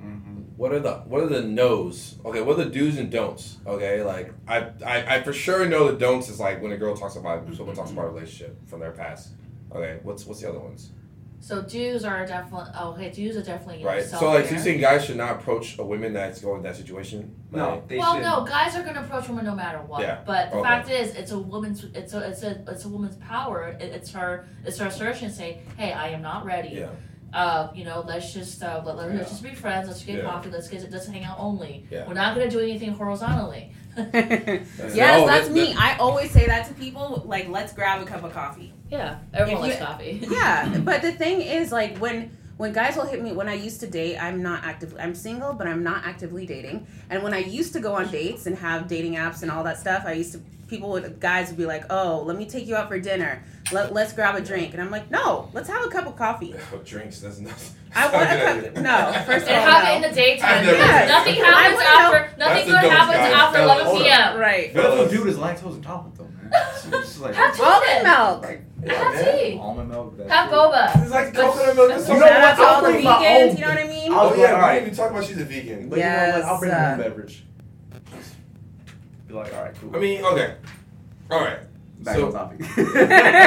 Speaker 3: Mm-hmm.
Speaker 1: What are the what are the no's? Okay, what are the do's and don'ts? Okay, like I I, I for sure know the don'ts is like when a girl talks about someone talks about a relationship from their past. Okay, what's what's the other ones?
Speaker 5: So dues are definitely oh, okay. Dues are definitely
Speaker 1: Right.
Speaker 5: Self-care.
Speaker 1: So like so you saying guys should not approach a woman that's going in that situation?
Speaker 3: No, they
Speaker 5: well,
Speaker 3: should.
Speaker 5: no, guys are gonna approach women no matter what.
Speaker 1: Yeah.
Speaker 5: But the
Speaker 1: Okay.
Speaker 5: fact is, it's a woman's, it's a, it's a, it's a woman's power. It, it's her, it's her assertion. to Say, hey, I am not ready.
Speaker 1: Yeah.
Speaker 5: Uh, you know, let's just uh, let, let,
Speaker 1: Yeah.
Speaker 5: us just be friends. Let's get
Speaker 1: Yeah.
Speaker 5: coffee. Let's get let's hang out only.
Speaker 1: Yeah.
Speaker 5: We're not gonna do anything horizontally.
Speaker 1: That's-
Speaker 2: Yes,
Speaker 1: oh,
Speaker 2: that's
Speaker 1: that-
Speaker 2: me. I always say that to people. Like, let's grab a cup of coffee.
Speaker 5: Yeah, everyone
Speaker 2: If
Speaker 5: likes coffee.
Speaker 2: Yeah, but the thing is, like, when when guys will hit me, when I used to date, I'm not actively, I'm single, but I'm not actively dating. And when I used to go on dates and have dating apps and all that stuff, I used to people would guys would be like, oh, let me take you out for dinner. Let, let's grab a drink. And I'm like, no, let's have a cup of coffee.
Speaker 1: that- drinks, that's not
Speaker 2: I want a cup. No, first
Speaker 5: And
Speaker 2: of all,
Speaker 5: have
Speaker 2: no.
Speaker 5: it in the daytime.
Speaker 1: I never-
Speaker 2: Yes.
Speaker 5: Nothing
Speaker 2: I
Speaker 5: happens
Speaker 2: would
Speaker 5: after.
Speaker 1: That's
Speaker 5: Nothing
Speaker 1: the
Speaker 5: good
Speaker 1: dumbest
Speaker 5: happens
Speaker 1: guy.
Speaker 5: after
Speaker 1: Fellas,
Speaker 5: 11
Speaker 1: hold up.
Speaker 5: p.m.
Speaker 2: Right.
Speaker 3: What if
Speaker 1: Fellas.
Speaker 3: a dude is lactose intolerant though, man? It's just like
Speaker 5: Have
Speaker 2: Almond
Speaker 5: chocolate.
Speaker 2: milk.
Speaker 5: Have tea.
Speaker 3: almond milk. that's
Speaker 5: Have
Speaker 3: good.
Speaker 5: boba.
Speaker 1: It's like coconut milk.
Speaker 5: That's
Speaker 1: That's
Speaker 5: You
Speaker 1: so
Speaker 3: know
Speaker 2: Shout
Speaker 3: what?
Speaker 2: out to
Speaker 3: I'll
Speaker 2: all the
Speaker 3: bring my
Speaker 2: vegans,
Speaker 3: own-
Speaker 2: you know what I mean?
Speaker 3: I'll-
Speaker 1: Oh yeah,
Speaker 3: All
Speaker 1: we
Speaker 3: right.
Speaker 1: didn't even talk about she's a vegan.
Speaker 3: But you know what? I'll bring my
Speaker 2: Yes,
Speaker 3: own
Speaker 2: uh,
Speaker 3: beverage. Be like, all right, cool.
Speaker 1: I mean, okay. All right.
Speaker 3: Back
Speaker 1: So-
Speaker 3: on topic.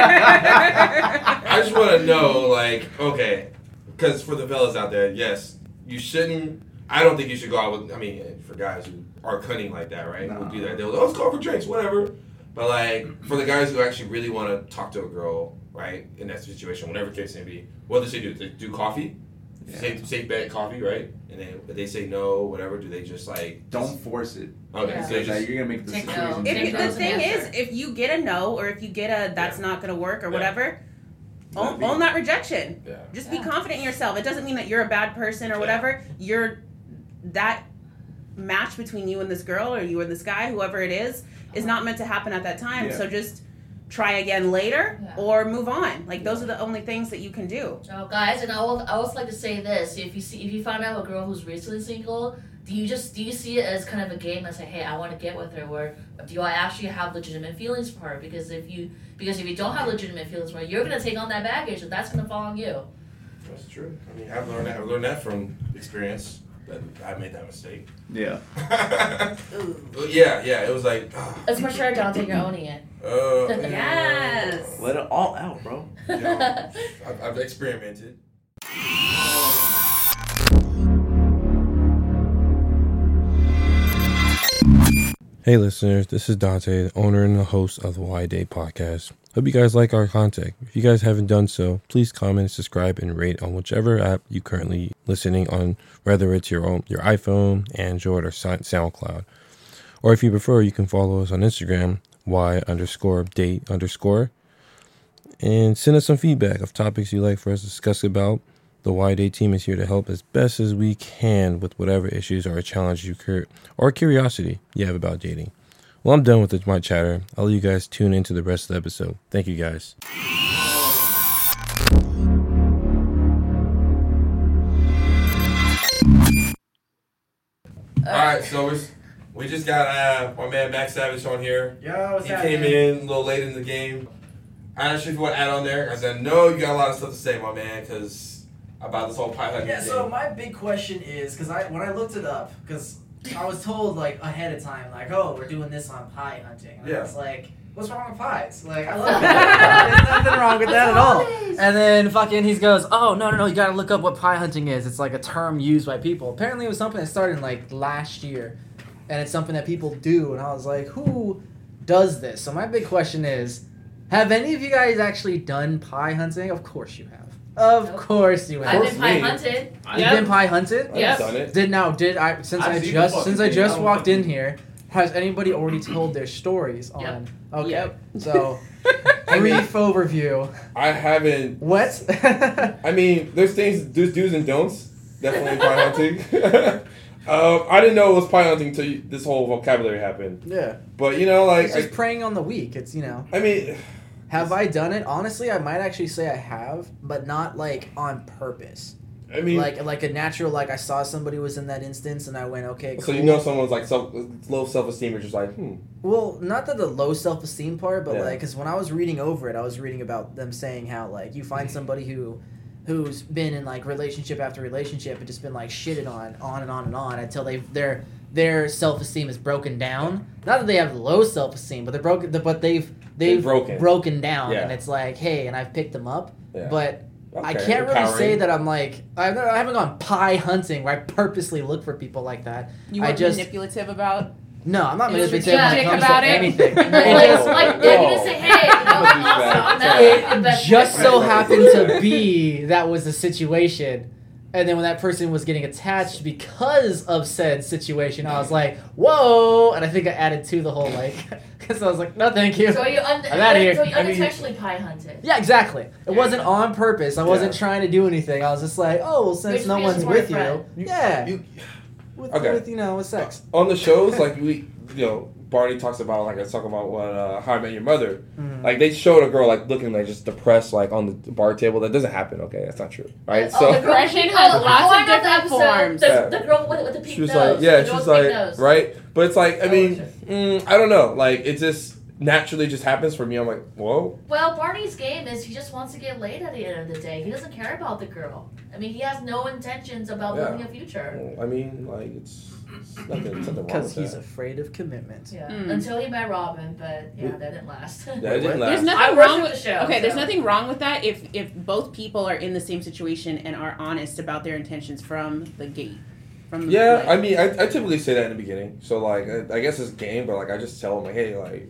Speaker 1: I just want to know, like, okay, because for the fellas out there, yes, you shouldn't. I don't think you should go out with. I mean, for guys who are cunning like that, right? Who do that? They'll oh, let's go out for drinks, whatever. But like for the guys who actually really want to talk to a girl, right, in that situation, whatever case may be, what does she do? They do coffee? Say, say bad coffee, right? And then if they say no, whatever. Do they just like
Speaker 6: Don't force it.
Speaker 1: Okay,
Speaker 5: Yeah.
Speaker 1: so they
Speaker 6: Because now
Speaker 1: just
Speaker 6: you're gonna make the
Speaker 5: Take
Speaker 6: situation.
Speaker 5: no.
Speaker 2: If you, the
Speaker 5: Dangerous
Speaker 2: thing is,
Speaker 5: answer.
Speaker 2: if you get a no or if you get a that's not going to work or
Speaker 1: Yeah.
Speaker 2: whatever, own,
Speaker 1: Yeah.
Speaker 2: own that rejection.
Speaker 1: yeah.
Speaker 2: Just
Speaker 5: Yeah.
Speaker 2: be confident in yourself. It doesn't mean that you're a bad person or
Speaker 1: Yeah.
Speaker 2: whatever. You're that match between you and this girl or you and this guy, whoever it is, is not meant to happen at that time.
Speaker 6: Yeah.
Speaker 2: So just try again later
Speaker 5: Yeah.
Speaker 2: or move on. Like those are the only things that you can do.
Speaker 5: Oh, guys, and I will. I also like to say this: if you see, if you find out a girl who's recently single, do you just do you see it as kind of a game and say, "Hey, I want to get with her," or do you actually have legitimate feelings for her? Because if you because if you don't have legitimate feelings for her, you're gonna take on that baggage, and that's gonna fall on you.
Speaker 1: That's true. I mean, I've learned that. I've learned that from experience. That I made that mistake.
Speaker 6: Yeah.
Speaker 1: But yeah, yeah. It was like, ah,
Speaker 5: It's much better, Dante. You're owning it.
Speaker 1: oh, man.
Speaker 2: Yes.
Speaker 4: Let it all out, bro.
Speaker 1: Yeah. I've, I've experimented.
Speaker 8: Hey, listeners, this is Dante, the owner and the host of the Why Day podcast. Hope you guys like our content. If you guys haven't done so, please comment, subscribe, and rate on whichever app you currently listening on, whether it's your own, your iPhone, Android, or Sound- SoundCloud. Or if you prefer, you can follow us on Instagram, Y underscore date underscore, and send us some feedback of topics you'd like for us to discuss about. The Y Day team is here to help as best as we can with whatever issues or challenges you cur- or curiosity you have about dating. Well, I'm done with this, my chatter. I'll let you guys tune into the rest of the episode. Thank you guys.
Speaker 1: All right, so we we just got uh, my man Max Savage on here.
Speaker 3: Yo, what's
Speaker 1: He came in a little late in the game. I asked you if you want to add on there. I said, no, you got a lot of stuff to say, my man, because about this whole pilot
Speaker 4: Yeah.
Speaker 1: thing.
Speaker 4: So my big question is, because I when I looked it up, because I was told like ahead of time, like, oh, we're doing this on pie hunting. And
Speaker 1: Yeah.
Speaker 4: I was like, what's wrong with pies? Like, I love it. There's nothing wrong with that at all.
Speaker 7: And then fucking he goes, oh no no no, you gotta look up what pie hunting is. It's like a term used by people. Apparently it was something that started like last year, and it's something that people do. And I was like, who does this? So my big question is, have any of you guys actually done pie hunting? Of course you have. Of
Speaker 5: Nope.
Speaker 7: course you
Speaker 5: I've
Speaker 7: have.
Speaker 5: been pie hunted.
Speaker 7: You've been pie hunted.
Speaker 5: Yeah. Yes.
Speaker 1: done it.
Speaker 7: Did now? Did I? Since
Speaker 3: I've
Speaker 7: i
Speaker 3: seen the
Speaker 7: just
Speaker 3: fucking
Speaker 7: since I
Speaker 3: thing. I
Speaker 7: just
Speaker 3: don't
Speaker 7: walked in
Speaker 3: fucking-
Speaker 7: here, has anybody already told their stories on?
Speaker 5: Yep.
Speaker 7: Okay,
Speaker 2: Yep.
Speaker 7: so brief overview.
Speaker 1: I haven't.
Speaker 7: What?
Speaker 1: I mean, there's things, there's do's and don'ts. Definitely pie hunting. um, I didn't know it was pie hunting until this whole vocabulary happened.
Speaker 7: yeah,
Speaker 1: But you know, like,
Speaker 7: it's just
Speaker 1: I,
Speaker 7: preying on the weak. It's you know,
Speaker 1: I mean,
Speaker 7: have I done it? Honestly, I might actually say I have, but not like on purpose.
Speaker 1: I mean,
Speaker 7: like like a natural like I saw somebody was in that instance and I went okay.
Speaker 1: so you
Speaker 7: cool.
Speaker 1: know, someone's like self, low self esteem is just like, hmm.
Speaker 7: Well, not that the low self esteem part, but
Speaker 1: Yeah.
Speaker 7: like 'cause like, because when I was reading over it, I was reading about them saying how like you
Speaker 1: Mm-hmm.
Speaker 7: find somebody who, who's been in like relationship after relationship and just been like shitted on, on and on and on until they their their self esteem is broken down. Not that they have low self esteem, but they're broken. But they've
Speaker 1: They're
Speaker 7: they've
Speaker 1: broken.
Speaker 7: down,
Speaker 1: Yeah.
Speaker 7: and it's like hey, and I've picked them up,
Speaker 1: Yeah.
Speaker 7: but I
Speaker 1: okay,
Speaker 7: can't really
Speaker 1: empowering.
Speaker 7: say that I'm like I've never, I haven't gone pie hunting where I purposely look for people like that.
Speaker 2: You
Speaker 7: I
Speaker 2: were
Speaker 7: just-
Speaker 2: manipulative about
Speaker 7: No, I'm not
Speaker 2: It was
Speaker 7: manipulative when it
Speaker 2: strategic
Speaker 7: comes
Speaker 2: about
Speaker 7: to
Speaker 2: it.
Speaker 7: anything.
Speaker 5: like,
Speaker 7: It
Speaker 1: Whoa,
Speaker 5: like, they're
Speaker 1: whoa.
Speaker 5: gonna say, hey, you know,
Speaker 1: Don't do
Speaker 5: also, I'm
Speaker 1: that.
Speaker 5: not
Speaker 1: It
Speaker 5: the best
Speaker 7: just, just so
Speaker 5: person."
Speaker 7: happened to be that was the situation. And then when that person was getting attached because of said situation, I was like, "Whoa!" And I think I added to the whole like, because I was like, "No, thank you."
Speaker 5: So you, un-
Speaker 7: I'm outta here.
Speaker 5: so you
Speaker 7: I mean-
Speaker 5: unintentionally pie hunted.
Speaker 7: Yeah, exactly. It wasn't on purpose. I wasn't trying to do anything. I was just like, "Oh, well, since
Speaker 5: Which
Speaker 7: no
Speaker 5: means
Speaker 7: one's
Speaker 5: we're a
Speaker 7: with
Speaker 5: friend.
Speaker 7: you, yeah,
Speaker 1: You-
Speaker 7: with,
Speaker 1: Okay.
Speaker 7: with you know, with sex."
Speaker 1: on the shows, like we, you know, Barney talks about like I talk about what uh, How I Met Your Mother.
Speaker 7: Mhm.
Speaker 1: Like they showed a girl like looking like just depressed, like on the bar table. That doesn't happen. Okay, that's not true, right?
Speaker 5: Oh, the
Speaker 1: So
Speaker 5: girl-
Speaker 2: Depression
Speaker 5: oh,
Speaker 2: has
Speaker 5: oh,
Speaker 2: lots
Speaker 5: I
Speaker 2: of
Speaker 5: know the
Speaker 2: different
Speaker 5: episode,
Speaker 2: forms.
Speaker 5: The,
Speaker 1: Yeah.
Speaker 5: the girl with, with the pink
Speaker 1: she was
Speaker 5: nose.
Speaker 1: like, yeah,
Speaker 5: the
Speaker 1: she
Speaker 5: girl
Speaker 1: was
Speaker 5: with the
Speaker 1: like,
Speaker 5: pink nose.
Speaker 1: right. But it's like I
Speaker 5: Oh,
Speaker 1: mean,
Speaker 5: sure.
Speaker 1: mm, I don't know. Like it just naturally just happens for me. I'm like, whoa.
Speaker 5: Well, Barney's game is he just wants to get laid at the end of the day. He doesn't care about the girl. I mean, he has no intentions about
Speaker 1: Yeah.
Speaker 5: building a future.
Speaker 1: I mean, like it's, it's nothing. It's nothing wrong
Speaker 7: Because
Speaker 1: with
Speaker 7: he's
Speaker 1: that.
Speaker 7: afraid of commitment.
Speaker 5: Yeah.
Speaker 2: Mm.
Speaker 5: Until he met Robin, but yeah, that didn't last.
Speaker 1: yeah, it didn't
Speaker 7: There's
Speaker 1: last.
Speaker 2: There's
Speaker 5: I
Speaker 2: nothing
Speaker 5: worship
Speaker 2: wrong with
Speaker 5: the show,
Speaker 2: Okay, there's
Speaker 5: so.
Speaker 2: nothing wrong with that if if both people are in the same situation and are honest about their intentions from the gate. From the,
Speaker 1: Yeah,
Speaker 2: like-
Speaker 1: I mean, I, I typically say that in the beginning. So like, I, I guess it's game, but like, I just tell them like, hey, like,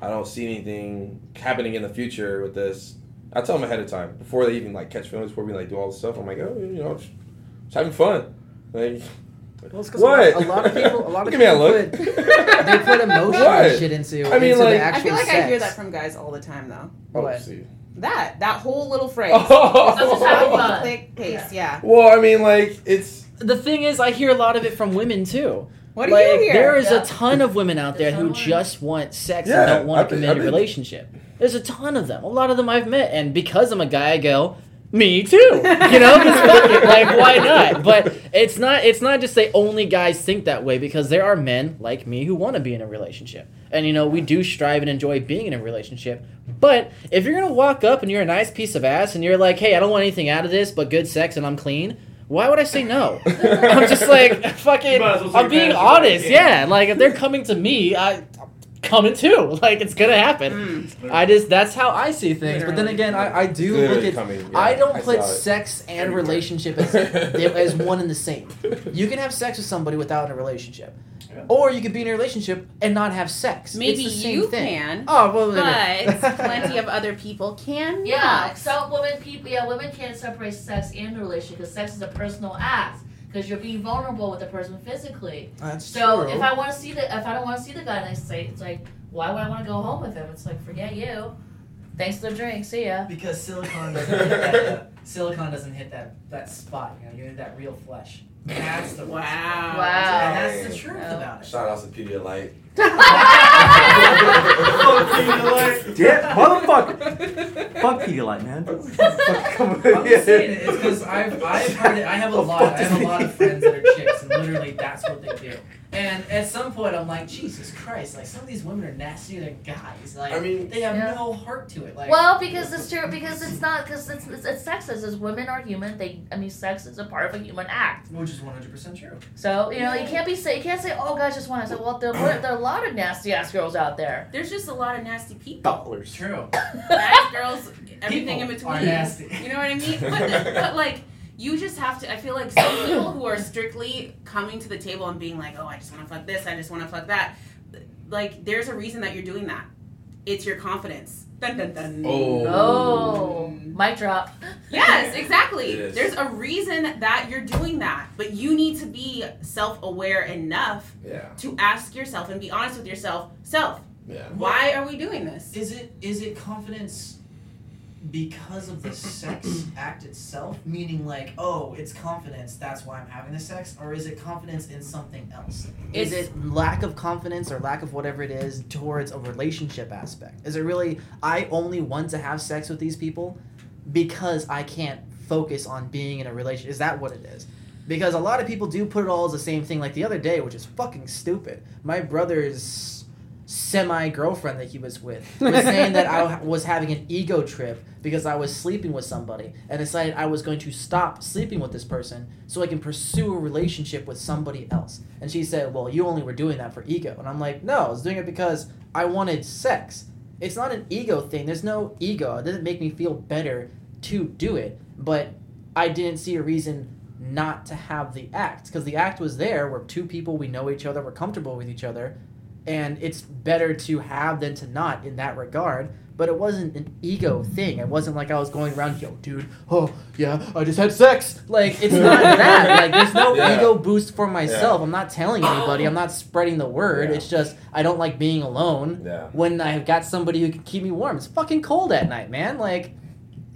Speaker 1: I don't see anything happening in the future with this. I tell them ahead of time before they even like catch feelings, before we like do all this stuff. I'm like, oh, you know, just, just having fun. Like,
Speaker 7: Well, it's 'cause a lot-
Speaker 1: what?
Speaker 7: a lot of people- a lot of
Speaker 1: Look at
Speaker 7: people
Speaker 1: me, I look.
Speaker 7: They put emotion
Speaker 1: What?
Speaker 7: and shit into
Speaker 1: I mean,
Speaker 7: into
Speaker 1: like-
Speaker 7: the
Speaker 2: I
Speaker 7: actual
Speaker 2: feel like
Speaker 7: sex.
Speaker 2: I hear that from guys all the time, though.
Speaker 1: Oh,
Speaker 7: What?
Speaker 1: see.
Speaker 2: That that whole little phrase.
Speaker 7: Oh.
Speaker 5: just having fun.
Speaker 2: Click paste, yeah.
Speaker 1: Well, I mean, like it's
Speaker 9: The thing is, I hear a lot of it from women too.
Speaker 2: What do
Speaker 9: like,
Speaker 2: you hear?
Speaker 9: There is
Speaker 5: Yeah.
Speaker 9: a ton of women out there
Speaker 5: There's
Speaker 9: who
Speaker 5: a ton.
Speaker 9: just want sex
Speaker 1: Yeah,
Speaker 9: and don't want
Speaker 1: I've
Speaker 9: to
Speaker 1: been-
Speaker 9: commit
Speaker 1: I've
Speaker 9: a
Speaker 1: been-
Speaker 9: relationship. There's a ton of them. A lot of them I've met, and because I'm a guy, I go, me too. You know, 'Cause fuck it, like why not? But it's not. It's not just say only guys think that way because there are men like me who want to be in a relationship, and you know we do strive and enjoy being in a relationship. But if you're gonna walk up and you're a nice piece of ass and you're like, hey, I don't want anything out of this but good sex and I'm clean. Why would I say no? I'm just like fucking.
Speaker 3: You might as well say
Speaker 9: I'm being
Speaker 3: that, you're like,
Speaker 9: honest.
Speaker 3: yeah.
Speaker 9: Yeah. like if they're coming to me, I, I'm coming too. Like it's gonna happen.
Speaker 2: Mm.
Speaker 9: I just that's how I
Speaker 7: I see things, but then
Speaker 2: Literally.
Speaker 7: again, I, I do look
Speaker 1: literally
Speaker 7: at.
Speaker 1: coming. yeah,
Speaker 7: I don't put
Speaker 1: saw it.
Speaker 7: sex and
Speaker 1: everywhere.
Speaker 7: relationship as, as one and the same. You can have sex with somebody without a relationship, or you could be in a relationship and not have sex.
Speaker 2: Maybe
Speaker 7: it's the same
Speaker 2: you
Speaker 7: thing.
Speaker 2: can,
Speaker 7: Oh well,
Speaker 2: but plenty of other people can.
Speaker 5: Yeah,
Speaker 2: not.
Speaker 5: some women people. Yeah, women can't separate sex and relationship because sex is a personal act. Because you're being vulnerable with the person physically.
Speaker 7: That's
Speaker 5: So
Speaker 7: true.
Speaker 5: if I want to see the, if I don't want to see the guy next night, it's like, why would I want to go home with him? It's like, forget you. Thanks for the drink. See ya.
Speaker 4: Because silicone doesn't hit that, uh, silicone doesn't hit that, that spot. You know, you need that real flesh. That's the
Speaker 2: Wow.
Speaker 5: Wow.
Speaker 4: And that's the truth
Speaker 5: Oh.
Speaker 4: about it.
Speaker 1: Shout out to Pedialyte.
Speaker 6: Yeah, motherfucker. Fuck Pedialyte, man.
Speaker 4: I'm just saying it. It's because I've, I've heard it. I have a
Speaker 6: The
Speaker 4: lot. I
Speaker 6: fuck
Speaker 4: have
Speaker 6: does
Speaker 4: a
Speaker 6: it
Speaker 4: lot of friends that are chicks, and literally that's what they do. And at some point, I'm like, Jesus Christ! Like some of these women are nastier than guys. Like
Speaker 1: I mean-
Speaker 4: they have
Speaker 5: Yeah.
Speaker 4: no heart to it. Like
Speaker 5: Well, because it's true. Because it's not. Because it's, it's it's sexist. As women are human, they. I mean, sex is a part of a human act.
Speaker 4: which is 100 percent true.
Speaker 5: So you know, you can't be say you can't say, oh, guys just want to. Say, well, there, were- there are a lot of nasty ass girls out there.
Speaker 2: There's just a lot of nasty people.
Speaker 4: It's
Speaker 6: Dollars.
Speaker 4: true.
Speaker 2: Guys, girls, everything in
Speaker 4: People
Speaker 2: between.
Speaker 4: Are nasty.
Speaker 2: You know what I mean? But, but like, you just have to. I feel like some people who are strictly coming to the table and being like, "Oh, I just want to fuck this. I just want to fuck that." Like, there's a reason that you're doing that. It's your confidence. Dun dun dun.
Speaker 1: Oh.
Speaker 5: Oh, mic drop.
Speaker 2: Yes, exactly.
Speaker 1: Yes.
Speaker 2: There's a reason that you're doing that, but you need to be self-aware enough
Speaker 1: Yeah,
Speaker 2: to ask yourself and be honest with yourself. Self,
Speaker 1: yeah.
Speaker 2: why are we doing this?
Speaker 4: Is it is it confidence because of the sex act itself? Meaning like, oh, it's confidence, that's why I'm having the sex, or is it confidence in something else?
Speaker 7: is it lack of confidence or lack of whatever it is towards a relationship aspect? Is it really I only want to have sex with these people because I can't focus on being in a relationship? Is that what it is? Because a lot of people do put it all as the same thing. Like the other day, which is fucking stupid. My brother's semi girlfriend that he was with was saying that I was having an ego trip because I was sleeping with somebody and decided I was going to stop sleeping with this person so I can pursue a relationship with somebody else. And she said, Well, you only were doing that for ego. And I'm like, No, I was doing it because I wanted sex. It's not an ego thing. There's no ego. It doesn't make me feel better to do it. But I didn't see a reason not to have the act because the act was there where two people we know each other, we're comfortable with each other and it's better to have than to not in that regard. But it wasn't an ego thing. It wasn't like I was going around, yo, dude, oh yeah, I just had sex. Like it's not that. Like there's no
Speaker 1: Yeah.
Speaker 7: ego boost for myself. I'm not telling anybody. I'm not spreading the word.
Speaker 1: Yeah.
Speaker 7: It's just I don't like being alone
Speaker 1: Yeah.
Speaker 7: when I've got somebody who can keep me warm. It's fucking cold at night, man. Like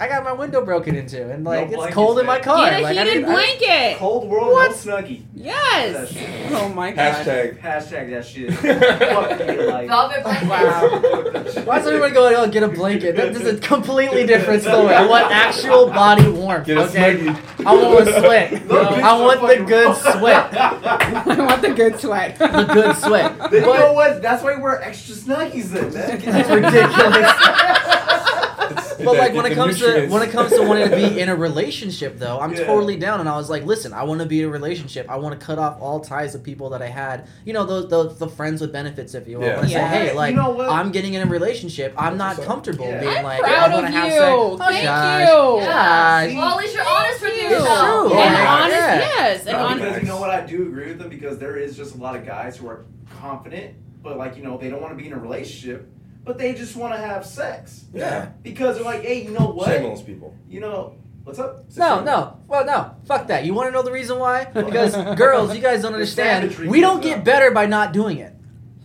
Speaker 7: I got my window broken into, and like it's
Speaker 3: blankets,
Speaker 7: cold in my
Speaker 3: man.
Speaker 7: car. like, I didn't- I-
Speaker 2: blanket.
Speaker 3: Cold world,
Speaker 2: What?
Speaker 3: no snuggie. That
Speaker 2: Yes.
Speaker 3: shit.
Speaker 2: Oh my god.
Speaker 1: Hashtag.
Speaker 3: Hashtag that shit. Fuck you, like.
Speaker 5: Velvet blankets.
Speaker 7: Why does everyone go oh, get a blanket? That is a completely different story. I want actual body warmth.
Speaker 1: Get a
Speaker 7: okay.
Speaker 1: snuggie.
Speaker 7: I want a sweat.
Speaker 3: Those bitches
Speaker 7: I want
Speaker 3: are
Speaker 7: the good
Speaker 3: fucking-
Speaker 7: sweat.
Speaker 2: I want the good sweat.
Speaker 7: The good sweat.
Speaker 3: Then you know
Speaker 7: But
Speaker 3: what? That's why we're extra snuggies then.
Speaker 7: it's
Speaker 3: man.
Speaker 7: ridiculous.
Speaker 1: Get
Speaker 7: But
Speaker 1: that-
Speaker 7: like
Speaker 1: get
Speaker 7: when it
Speaker 1: the
Speaker 7: comes to
Speaker 1: nutrients.
Speaker 7: when it comes to wanting to be in a relationship though, I'm
Speaker 3: Yeah.
Speaker 7: totally down and I was like, listen, I want to be in a relationship. I want to cut off all ties of people that I had. You know, those those the friends with benefits if you will. I
Speaker 1: Yeah.
Speaker 7: want to
Speaker 2: Yeah.
Speaker 7: say, hey,
Speaker 3: You
Speaker 7: like
Speaker 3: know what?
Speaker 7: I'm getting in a relationship. I'm not
Speaker 1: Sorry.
Speaker 7: comfortable
Speaker 3: Yeah.
Speaker 7: being
Speaker 9: I'm
Speaker 7: like
Speaker 9: proud
Speaker 7: I want
Speaker 9: of
Speaker 7: to have
Speaker 9: you.
Speaker 7: sex. Oh,
Speaker 9: Thank
Speaker 7: Josh.
Speaker 9: you.
Speaker 7: Josh.
Speaker 5: Well, at least you're honest with
Speaker 2: you.
Speaker 5: yourself.
Speaker 7: It's true.
Speaker 2: And
Speaker 7: Yeah.
Speaker 2: honest,
Speaker 7: Yeah.
Speaker 2: yes. And
Speaker 1: No,
Speaker 2: on,
Speaker 3: because you know what? I do agree with them because there is just a lot of guys who are confident, but like you know they don't want to be in a relationship, but they just want to have sex
Speaker 1: Yeah.
Speaker 3: because they're like, hey, you know what?
Speaker 1: Shame on those people.
Speaker 3: You know what's up?
Speaker 7: No, no. Well, no. Fuck that. You want to know the reason why? Because girls, you guys don't
Speaker 3: The
Speaker 7: understand.
Speaker 3: savagery
Speaker 7: We don't
Speaker 3: comes
Speaker 7: get
Speaker 3: out.
Speaker 7: better by not doing it.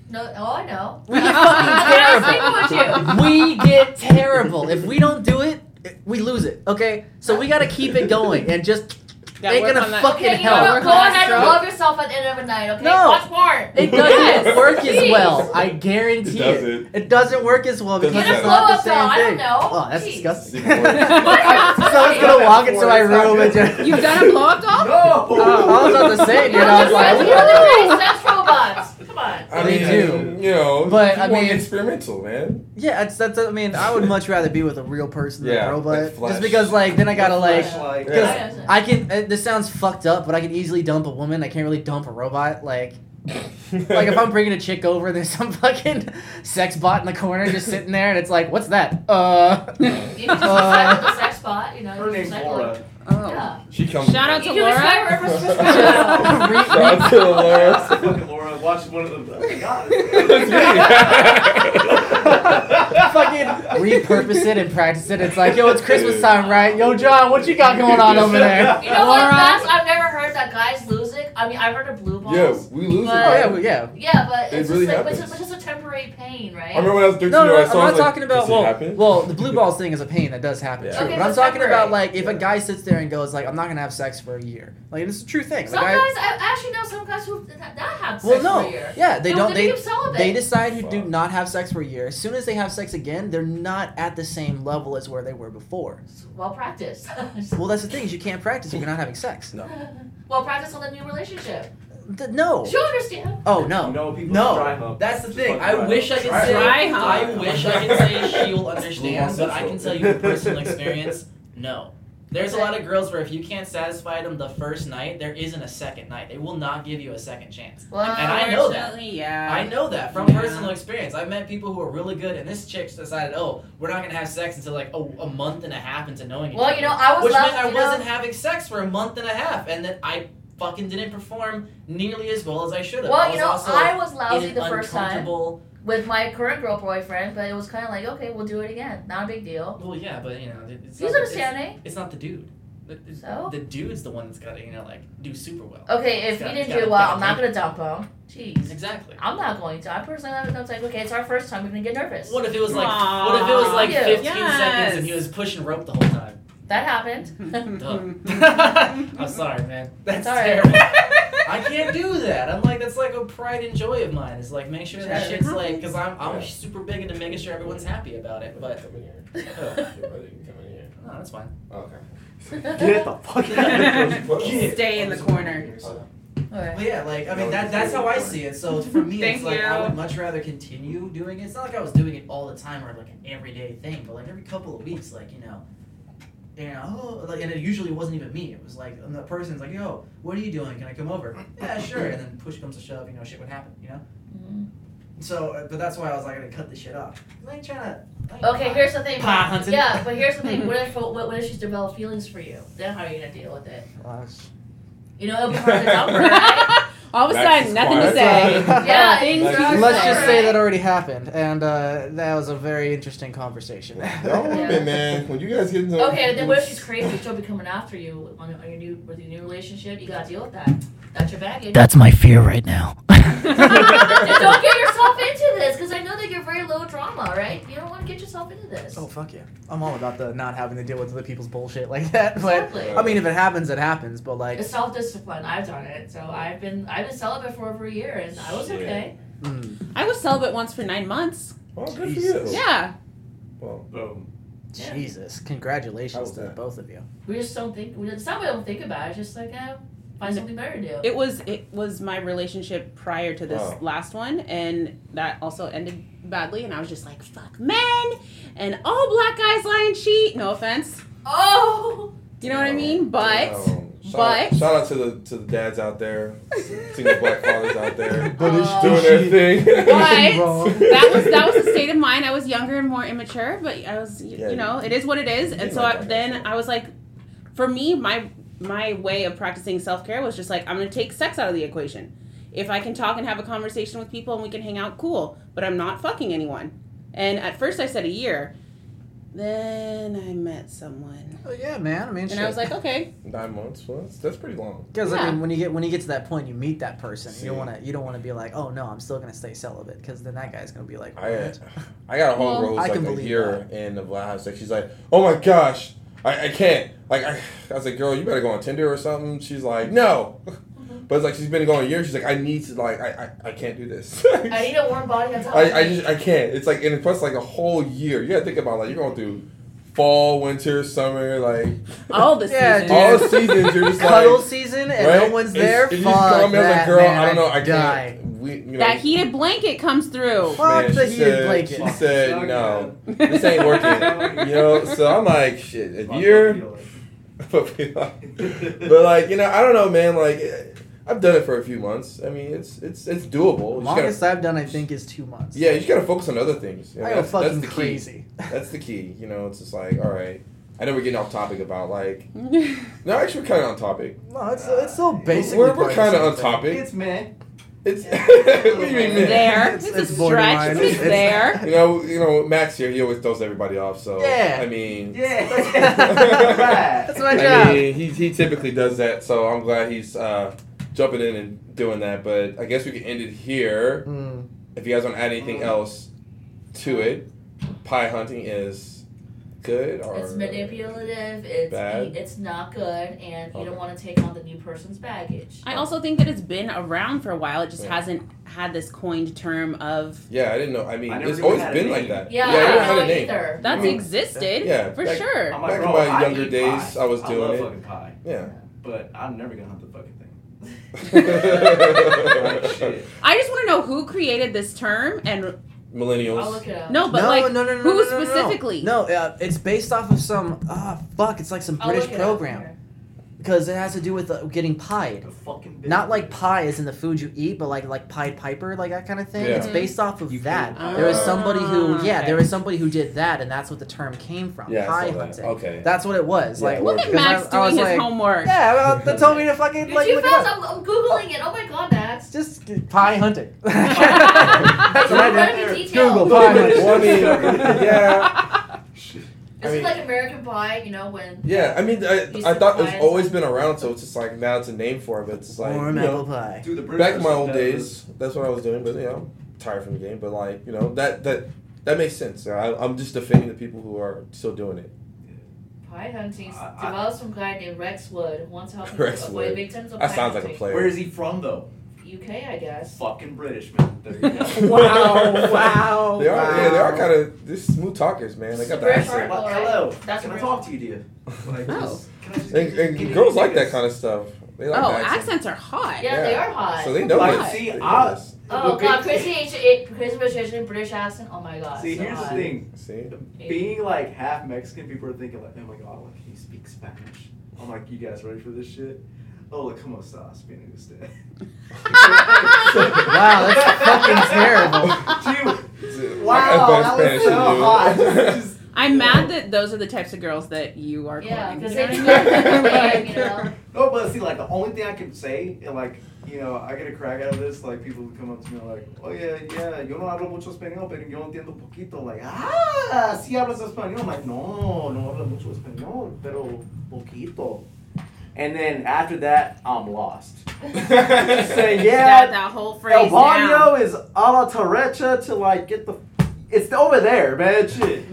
Speaker 5: No, oh, I know.
Speaker 7: We get
Speaker 5: I
Speaker 7: fucking
Speaker 5: sleep with you.
Speaker 7: terrible. We get terrible. If we don't do it, we lose it. Okay, so we gotta keep it going and just
Speaker 2: Yeah,
Speaker 7: ain't
Speaker 2: work
Speaker 7: gonna
Speaker 2: on that.
Speaker 7: fucking
Speaker 5: Okay, you
Speaker 7: help.
Speaker 5: know,
Speaker 2: Work
Speaker 5: go
Speaker 2: on
Speaker 5: on
Speaker 2: that
Speaker 5: and
Speaker 2: stroke.
Speaker 5: love yourself at the end of the night, okay?
Speaker 7: No.
Speaker 5: Watch porn.
Speaker 7: It doesn't
Speaker 5: Yes,
Speaker 7: work as
Speaker 5: please.
Speaker 7: well. I guarantee
Speaker 1: It
Speaker 7: it.
Speaker 1: doesn't.
Speaker 7: It doesn't work as well
Speaker 1: Doesn't
Speaker 7: because
Speaker 1: Get a
Speaker 7: it's not the
Speaker 5: blow
Speaker 7: same
Speaker 5: up, though. I
Speaker 7: thing.
Speaker 5: don't know.
Speaker 7: Oh, that's
Speaker 5: Jeez.
Speaker 7: disgusting.
Speaker 1: It's even worse.
Speaker 7: so it's gonna walk into my
Speaker 3: It's not
Speaker 7: room and
Speaker 3: good.
Speaker 7: just.
Speaker 2: You've done a blow up doll?
Speaker 7: I
Speaker 3: No.
Speaker 7: was about to say it, you
Speaker 5: You're
Speaker 7: know. I was
Speaker 5: the
Speaker 7: like,
Speaker 5: sex- you're the great sex robots. Come on.
Speaker 1: I
Speaker 7: They
Speaker 1: mean,
Speaker 7: do.
Speaker 1: you know,
Speaker 7: But,
Speaker 1: people
Speaker 7: I mean-
Speaker 1: are experimental, man.
Speaker 7: Yeah, it's, that's. I mean, I would much rather be with a real person than
Speaker 1: Yeah,
Speaker 7: a
Speaker 1: like
Speaker 7: robot.
Speaker 1: flesh.
Speaker 7: Just because, like, then I gotta like.
Speaker 3: Flashlight.
Speaker 1: Yeah.
Speaker 5: I understand.
Speaker 7: I can. Uh, this sounds fucked up, but I can easily dump a woman. I can't really dump a robot. Like, like if I'm bringing a chick over, there's some fucking sex bot in the corner just sitting there, and it's like, what's that? Uh.
Speaker 5: You can just decide with the sex bot, you know.
Speaker 3: Her
Speaker 5: you
Speaker 3: name's
Speaker 5: decide,
Speaker 3: Laura.
Speaker 7: oh.
Speaker 5: like, Yeah.
Speaker 1: she comes.
Speaker 2: Shout out
Speaker 5: You
Speaker 2: to
Speaker 5: can decide
Speaker 2: Laura.
Speaker 5: wherever it's just-
Speaker 1: Shout out to Laura.
Speaker 3: Fucking Laura. Watch one of the.
Speaker 7: Fucking repurpose it and practice it. It's like, yo, it's Christmas time, right? Yo, John, what you got going on over there?
Speaker 5: You know what?
Speaker 7: Laura?
Speaker 5: That's I've never heard that guys lose it. I mean, I've heard of blue balls.
Speaker 1: Yeah, we lose it.
Speaker 5: But-
Speaker 7: Oh
Speaker 1: bro.
Speaker 7: yeah, well, yeah.
Speaker 5: Yeah, but
Speaker 1: It
Speaker 5: it's
Speaker 1: really
Speaker 5: just like, it's
Speaker 1: happens.
Speaker 5: just, it's just a temporary pain, right?
Speaker 1: I remember when I was 13
Speaker 7: No, no,
Speaker 1: I
Speaker 7: I'm
Speaker 1: saw, I
Speaker 7: not
Speaker 1: was like,
Speaker 7: talking about
Speaker 1: does it
Speaker 7: well,
Speaker 1: happen?
Speaker 7: well, the blue balls thing is a pain that does happen,
Speaker 1: Yeah.
Speaker 7: true.
Speaker 5: Okay,
Speaker 7: but I'm
Speaker 5: but
Speaker 7: talking about
Speaker 5: separate.
Speaker 7: like if a
Speaker 1: Yeah.
Speaker 7: guy sits there and goes like, I'm not gonna have sex for a year. Like it's a true thing. Like,
Speaker 5: Some
Speaker 7: I-
Speaker 5: guys, I actually know some guys who that, that have
Speaker 7: well,
Speaker 5: sex
Speaker 7: no,
Speaker 5: for a year.
Speaker 7: yeah, they
Speaker 5: No,
Speaker 7: don't.
Speaker 5: They,
Speaker 7: They
Speaker 5: become celibate.
Speaker 7: they decide who do
Speaker 1: Fuck.
Speaker 7: not have sex for a year. As soon as they have sex again, they're not at the same level as where they were before.
Speaker 5: well practiced.
Speaker 7: Well, that's the thing is you can't practice if you're not having sex.
Speaker 5: well practiced on the new relationship.
Speaker 7: Th- no.
Speaker 5: She'll understand.
Speaker 7: Oh no.
Speaker 3: No, people
Speaker 4: No,
Speaker 3: dry hump.
Speaker 4: That's the
Speaker 3: Just
Speaker 4: thing.
Speaker 3: fucking
Speaker 4: I
Speaker 3: dry
Speaker 4: wish I
Speaker 3: hump.
Speaker 4: could
Speaker 3: Dry
Speaker 4: say
Speaker 3: hump.
Speaker 2: Dry hump.
Speaker 4: I wish I could say she'll understand, but I can tell you from personal experience, no. There's a lot of girls where if you can't satisfy them the first night, there isn't a second night. They will not give you a second chance.
Speaker 5: Well,
Speaker 4: And I know that.
Speaker 2: Unfortunately, Yeah.
Speaker 4: I know that from
Speaker 2: Yeah.
Speaker 4: personal experience. I've met people who are really good, and this chick decided, oh, we're not gonna have sex until like a, a month and a half into knowing each
Speaker 5: Well,
Speaker 4: other.
Speaker 5: you know, I was
Speaker 4: which
Speaker 5: last.
Speaker 4: meant I
Speaker 5: you know,
Speaker 4: wasn't having sex for a month and a half, and then I fucking didn't perform nearly as well as I should have. I
Speaker 5: Well,
Speaker 4: was
Speaker 5: you know,
Speaker 4: also
Speaker 5: I was
Speaker 4: in
Speaker 5: lousy
Speaker 4: an
Speaker 5: the first time
Speaker 4: uncomfortable-
Speaker 5: with my current girl boyfriend, but it was kind of like, okay, we'll do it again. Not a big deal.
Speaker 4: Well, yeah, but you know, it- it's
Speaker 5: He's
Speaker 4: not, it's,
Speaker 5: understanding.
Speaker 4: it's not the dude. The, the-
Speaker 5: So? Oh.
Speaker 4: the dude's the one that's gotta you know like do super well.
Speaker 5: Okay, if
Speaker 4: Gotta-
Speaker 5: he didn't
Speaker 4: gotta-
Speaker 5: do well,
Speaker 4: gotta
Speaker 5: I'm not
Speaker 4: make-
Speaker 5: gonna dump him. Jeez,
Speaker 4: Exactly.
Speaker 5: I'm not going to. I personally, I'm like, okay, it's our first time. We're gonna get nervous.
Speaker 4: What if it was like
Speaker 2: Aw.
Speaker 4: what if it was like
Speaker 5: Yeah.
Speaker 4: 15
Speaker 2: Yes.
Speaker 4: seconds and he was pushing rope the whole time?
Speaker 5: That happened.
Speaker 4: Duh. I'm sorry, man. That's
Speaker 5: It's all right.
Speaker 4: terrible. I can't do that. I'm like, that's like a pride and joy of mine. Is like, make sure that
Speaker 5: Sure.
Speaker 4: shit's like, because I'm I'm
Speaker 1: Yeah.
Speaker 4: super big into making sure everyone's happy about it. But
Speaker 1: Come in here. Come in here.
Speaker 4: no, that's fine.
Speaker 1: Okay.
Speaker 3: Get the fuck out of here. Get.
Speaker 2: Stay in the corner.
Speaker 5: Okay.
Speaker 4: Well, yeah, like
Speaker 1: I mean, that- that's how I see
Speaker 4: it. So for me,
Speaker 2: Thank you.
Speaker 4: much rather continue doing it. It's not like I was doing it all the time or like an everyday thing, but like every couple of weeks, like you know, you know, oh, like and it usually wasn't even me. It was like and the person's like, "Yo, what are you doing? Can I come over?" Yeah, sure. And then push comes to shove, you know, shit would happen, you know.
Speaker 5: Mm.
Speaker 4: So, uh, but that's why I was like, "I gotta cut this shit off." 'Cause I ain't trying to.
Speaker 5: Okay, here's the thing.
Speaker 4: Pie hunting.
Speaker 5: Yeah, but here's the thing. What if what, what if she's developed feelings for you? Then how are you gonna deal with it? You know, it'll be hard to dump her. Right?
Speaker 2: All of a
Speaker 1: Max
Speaker 2: sudden,
Speaker 1: is
Speaker 2: nothing to
Speaker 1: quiet.
Speaker 2: say.
Speaker 5: Yeah,
Speaker 2: Things
Speaker 1: Max
Speaker 2: are
Speaker 1: is
Speaker 7: Let's
Speaker 1: quiet.
Speaker 7: just say that already happened, and uh, that was a very interesting conversation.
Speaker 1: Y'all
Speaker 5: Yeah.
Speaker 1: women, man. When you guys get into
Speaker 5: Okay, then what if she's crazy? She'll be coming after you on, on your new with your new relationship. You gotta deal with that. That's your baggage.
Speaker 7: That's my fear right now.
Speaker 5: Just don't get yourself into this, because I know that you're very low drama, right? You don't want to get yourself into this.
Speaker 7: Oh fuck yeah! I'm all about the not having to deal with other people's bullshit like that. But
Speaker 5: exactly.
Speaker 7: I mean, if it happens, it happens. But like,
Speaker 5: It's self discipline. I've done it, so I've been I've been celibate for over a year, and I was
Speaker 1: Shit.
Speaker 5: okay.
Speaker 7: mm,
Speaker 2: I was celibate once for nine months.
Speaker 1: Oh, good for you.
Speaker 7: Jesus.
Speaker 2: Yeah.
Speaker 1: Well,
Speaker 3: Boom.
Speaker 5: Yeah.
Speaker 7: Jesus,
Speaker 1: How
Speaker 7: congratulations
Speaker 1: was
Speaker 7: to the
Speaker 1: that?
Speaker 7: both of you.
Speaker 5: We just don't think. We, it's not we don't think about it. It's just like, eh, find something better to do.
Speaker 2: It was it was my relationship prior to this
Speaker 1: Wow.
Speaker 2: last one, and that also ended badly. And I was just like, "Fuck men," and all black guys lie and cheat. No offense,
Speaker 5: oh,
Speaker 2: you know what I mean? But
Speaker 1: um, shout
Speaker 2: but-
Speaker 1: out, shout out to the to the dads out there, single black fathers out there,
Speaker 5: But it's-
Speaker 1: doing their thing.
Speaker 2: Oh. But-
Speaker 7: Wrong.
Speaker 2: that was that was the state of mind. I was younger and more immature, but I was you,
Speaker 1: Yeah,
Speaker 2: you know it is what it is.
Speaker 1: you
Speaker 2: And
Speaker 1: did
Speaker 2: so
Speaker 1: like
Speaker 2: I,
Speaker 1: that.
Speaker 2: then I was like, for me, my my way of practicing self care was just like I'm going to take sex out of the equation. If I can talk and have a conversation with people and we can hang out, cool. But I'm not fucking anyone. And at first I said a year. Then I met someone.
Speaker 7: Oh yeah, man. I mean,
Speaker 2: And I was like, okay.
Speaker 1: Nine months? Well, that's, that's pretty long.
Speaker 7: because I
Speaker 2: yeah.
Speaker 7: mean, when you get when you get to that point, you meet that person. You don't
Speaker 1: See.
Speaker 7: want to you don't want to be like, oh no, I'm still gonna stay celibate, because then that guy's gonna be like,
Speaker 1: I
Speaker 7: what?
Speaker 1: I got a home
Speaker 2: Well,
Speaker 1: girl who's
Speaker 7: I can
Speaker 1: like a
Speaker 7: believe
Speaker 1: year in of last. Like she's like, oh my gosh, I, I can't. Like I, I was like, girl, you better go on Tinder or something. She's like, no. But it's like she's been going a year. She's like, I need to like, I, I, I can't do this.
Speaker 5: I need a warm body on top
Speaker 1: I,
Speaker 5: of
Speaker 1: I
Speaker 5: me.
Speaker 1: just I can't. It's like and plus like a whole year. You gotta think about like you're going through fall, winter, summer, like
Speaker 2: All the
Speaker 7: Yeah,
Speaker 2: seasons.
Speaker 7: dude.
Speaker 1: all seasons. You're just
Speaker 7: cuddle
Speaker 1: like,
Speaker 7: season and
Speaker 1: right?
Speaker 7: no one's
Speaker 1: It's-
Speaker 7: there.
Speaker 1: if you just
Speaker 7: Fuck
Speaker 1: call me, I was like,
Speaker 7: that,
Speaker 1: girl,
Speaker 7: man,
Speaker 1: I don't know, I
Speaker 7: I'd die.
Speaker 1: can't. We, you know,
Speaker 2: That heated blanket comes through.
Speaker 7: Fuck
Speaker 1: Man,
Speaker 7: the
Speaker 1: she
Speaker 7: heated
Speaker 1: said-
Speaker 7: blanket.
Speaker 1: She said
Speaker 3: Fuck.
Speaker 1: no. This ain't working. you know, so I'm like, shit, if you're but like, you know, I don't know, man, like I've done it for a few months. I mean it's it's it's doable. You just gotta,
Speaker 7: Longest I've done, I think, is two months.
Speaker 1: yeah, you just gotta focus on other things. You know,
Speaker 7: I go
Speaker 1: that's, that's
Speaker 7: fucking
Speaker 1: the key.
Speaker 7: crazy.
Speaker 1: That's the key. You know, it's just like, all right. I know we're getting off topic about like
Speaker 2: That's
Speaker 1: no, actually we're kinda on topic.
Speaker 7: No, it's it's so basic.
Speaker 1: We're, we're kind of on topic.
Speaker 3: it's man.
Speaker 1: It's what do you mean, man?
Speaker 2: there.
Speaker 7: It's-
Speaker 2: It's,
Speaker 7: it's
Speaker 2: a
Speaker 7: borderline.
Speaker 2: stretch. but It's
Speaker 7: It's-
Speaker 2: there.
Speaker 1: You know, you know, Max here. He always throws everybody off. So
Speaker 7: Yeah.
Speaker 1: I mean,
Speaker 3: Yeah.
Speaker 7: That's my
Speaker 1: I
Speaker 7: job.
Speaker 1: mean, he he typically does that. So I'm glad he's uh, jumping in and doing that. But I guess we can end it here.
Speaker 7: Mm.
Speaker 1: If you guys want to add anything
Speaker 5: Mm-hmm.
Speaker 1: else to it, pie hunting is good or
Speaker 5: It's manipulative. It's e,
Speaker 1: Bad.
Speaker 5: it's not good, and you
Speaker 1: Okay.
Speaker 5: don't want to take on the new person's baggage.
Speaker 2: I also think that it's been around for a while. It just
Speaker 1: Yeah.
Speaker 2: hasn't had this coined term of
Speaker 1: Yeah, I didn't know. I mean,
Speaker 3: I never
Speaker 1: it's
Speaker 3: really
Speaker 1: always
Speaker 3: had a
Speaker 1: been
Speaker 3: name.
Speaker 1: like that.
Speaker 5: yeah,
Speaker 1: I never
Speaker 5: I
Speaker 1: had
Speaker 5: don't
Speaker 1: a
Speaker 5: know
Speaker 1: name.
Speaker 5: either.
Speaker 2: that's
Speaker 1: Yeah.
Speaker 2: existed
Speaker 1: Yeah,
Speaker 2: for
Speaker 1: like-
Speaker 2: sure.
Speaker 1: Back
Speaker 3: I'm like, um,
Speaker 1: in
Speaker 3: bro,
Speaker 1: my
Speaker 3: I
Speaker 1: younger
Speaker 3: eat
Speaker 1: days,
Speaker 3: pie.
Speaker 1: I was
Speaker 3: I
Speaker 1: doing
Speaker 3: love
Speaker 1: it.
Speaker 3: fucking pie,
Speaker 1: Yeah.
Speaker 3: but I'm never gonna hunt the fucking thing. Like, shit.
Speaker 2: I just want to know who created this term and
Speaker 5: I'll
Speaker 1: Millennials.
Speaker 5: look it up.
Speaker 2: no, but
Speaker 7: no,
Speaker 2: like
Speaker 7: no, no, no,
Speaker 2: who
Speaker 7: no, no, no, no.
Speaker 2: specifically?
Speaker 7: No, uh, it's based off of some ah fuck. It's like some
Speaker 5: I'll
Speaker 7: British
Speaker 5: look it up.
Speaker 7: program because it has to do with uh, getting pied.
Speaker 3: The fucking bitch.
Speaker 7: Not like pie is in the food you eat, but like like Pied Piper, like that kind of thing.
Speaker 1: Yeah.
Speaker 7: It's based off of
Speaker 3: You
Speaker 7: that.
Speaker 3: can-
Speaker 7: There was
Speaker 1: Ah,
Speaker 7: somebody who, yeah,
Speaker 2: okay.
Speaker 7: there was somebody who did that, and that's what the term came from.
Speaker 1: Yeah, I
Speaker 7: pie
Speaker 1: saw that.
Speaker 7: hunting.
Speaker 1: Okay.
Speaker 7: That's what it was.
Speaker 1: Yeah,
Speaker 7: Like,
Speaker 2: Look at
Speaker 7: because I-
Speaker 2: Max
Speaker 7: I was
Speaker 2: doing his
Speaker 7: like,
Speaker 2: homework.
Speaker 7: Yeah, well, they told me to fucking
Speaker 5: Did
Speaker 7: like
Speaker 5: you
Speaker 7: look it
Speaker 5: fail?
Speaker 7: up.
Speaker 5: I'm, I'm googling it. Oh my god, Max.
Speaker 7: Just g- pie hunting. That's what I did.
Speaker 5: Incredibly detailed.
Speaker 7: Google
Speaker 1: Well,
Speaker 7: pie
Speaker 1: I mean,
Speaker 7: hunting.
Speaker 1: yeah, I
Speaker 5: This
Speaker 1: mean-
Speaker 5: is like American Pie, you know, when
Speaker 1: yeah. I mean,
Speaker 5: Used
Speaker 1: I, I
Speaker 5: to
Speaker 1: thought it's
Speaker 5: pies.
Speaker 1: always been around, so it's just like now it's a name for it. But it's like
Speaker 7: Warm
Speaker 1: you know,
Speaker 7: apple pie.
Speaker 3: Dude, the British
Speaker 1: back in my
Speaker 3: person
Speaker 1: old
Speaker 3: does
Speaker 1: days, that's what I was doing. But you know, I'm tired from the game. But like, you know, that that that makes sense. I, I'm just defending the people who are still doing it.
Speaker 5: pie hunting
Speaker 3: I- I-
Speaker 5: develops from a guy named Rex Wood who once helped
Speaker 1: Rex
Speaker 5: people avoid
Speaker 1: Wood.
Speaker 5: victims of
Speaker 1: That
Speaker 5: pie
Speaker 1: sounds like a
Speaker 5: hunting.
Speaker 3: this. Where
Speaker 1: player.
Speaker 3: is he from though?
Speaker 5: UK, I guess.
Speaker 3: Fucking British man. There you go.
Speaker 7: Wow, wow.
Speaker 1: They are, yeah, they are
Speaker 7: wow.
Speaker 1: kind of they're smooth talkers, man. They got the
Speaker 5: Super
Speaker 1: accent.
Speaker 5: sharp.
Speaker 3: Well, hello.
Speaker 5: That's
Speaker 3: can I
Speaker 5: British.
Speaker 3: talk to you, dear? Like,
Speaker 2: Oh.
Speaker 3: just- can I just-
Speaker 1: And,
Speaker 3: give
Speaker 1: and
Speaker 3: you
Speaker 1: girls
Speaker 3: the
Speaker 1: like that
Speaker 3: tickets?
Speaker 1: kind of stuff. They like
Speaker 2: oh,
Speaker 1: the accent.
Speaker 2: accents are hot.
Speaker 5: Yeah, they are hot.
Speaker 1: So they know
Speaker 3: Like,
Speaker 1: this.
Speaker 3: see,
Speaker 1: They know
Speaker 3: I-
Speaker 1: this.
Speaker 5: oh
Speaker 3: But
Speaker 5: god,
Speaker 3: be-
Speaker 5: Crazy Asian, Crazy Rich Asian, British accent. Oh my god.
Speaker 3: See,
Speaker 5: so
Speaker 3: here's the
Speaker 5: hot.
Speaker 3: thing.
Speaker 1: See,
Speaker 3: Being like half Mexican, people are thinking like, oh my god, like he speaks Spanish. I'm like, you guys ready for this shit? Oh, look, como estás, bien usted.
Speaker 7: Wow, that's fucking terrible.
Speaker 3: Dude,
Speaker 1: Wow,
Speaker 3: wow, that
Speaker 1: that was
Speaker 3: was
Speaker 1: so
Speaker 3: so
Speaker 1: hot.
Speaker 3: hot.
Speaker 2: I'm mad that those are the types of girls that you are
Speaker 5: Yeah,
Speaker 2: courting.
Speaker 5: because
Speaker 2: You know
Speaker 5: they do
Speaker 2: what I mean?
Speaker 5: that, you know.
Speaker 3: No, but see, like the only thing I can say, and like you know, I get a crack out of this. Like people who come up to me like, oh yeah, yeah, yo no hablo mucho español, pero yo entiendo poquito. Like, ah, sí hablas español. I'm like, no, no hablo mucho español, pero poquito. And then after that, I'm lost. Say
Speaker 2: That,
Speaker 3: yeah,
Speaker 2: that whole
Speaker 3: El
Speaker 2: phrase down.
Speaker 3: Baño is a la Tarecha to like get the. It's over there, man. Shit.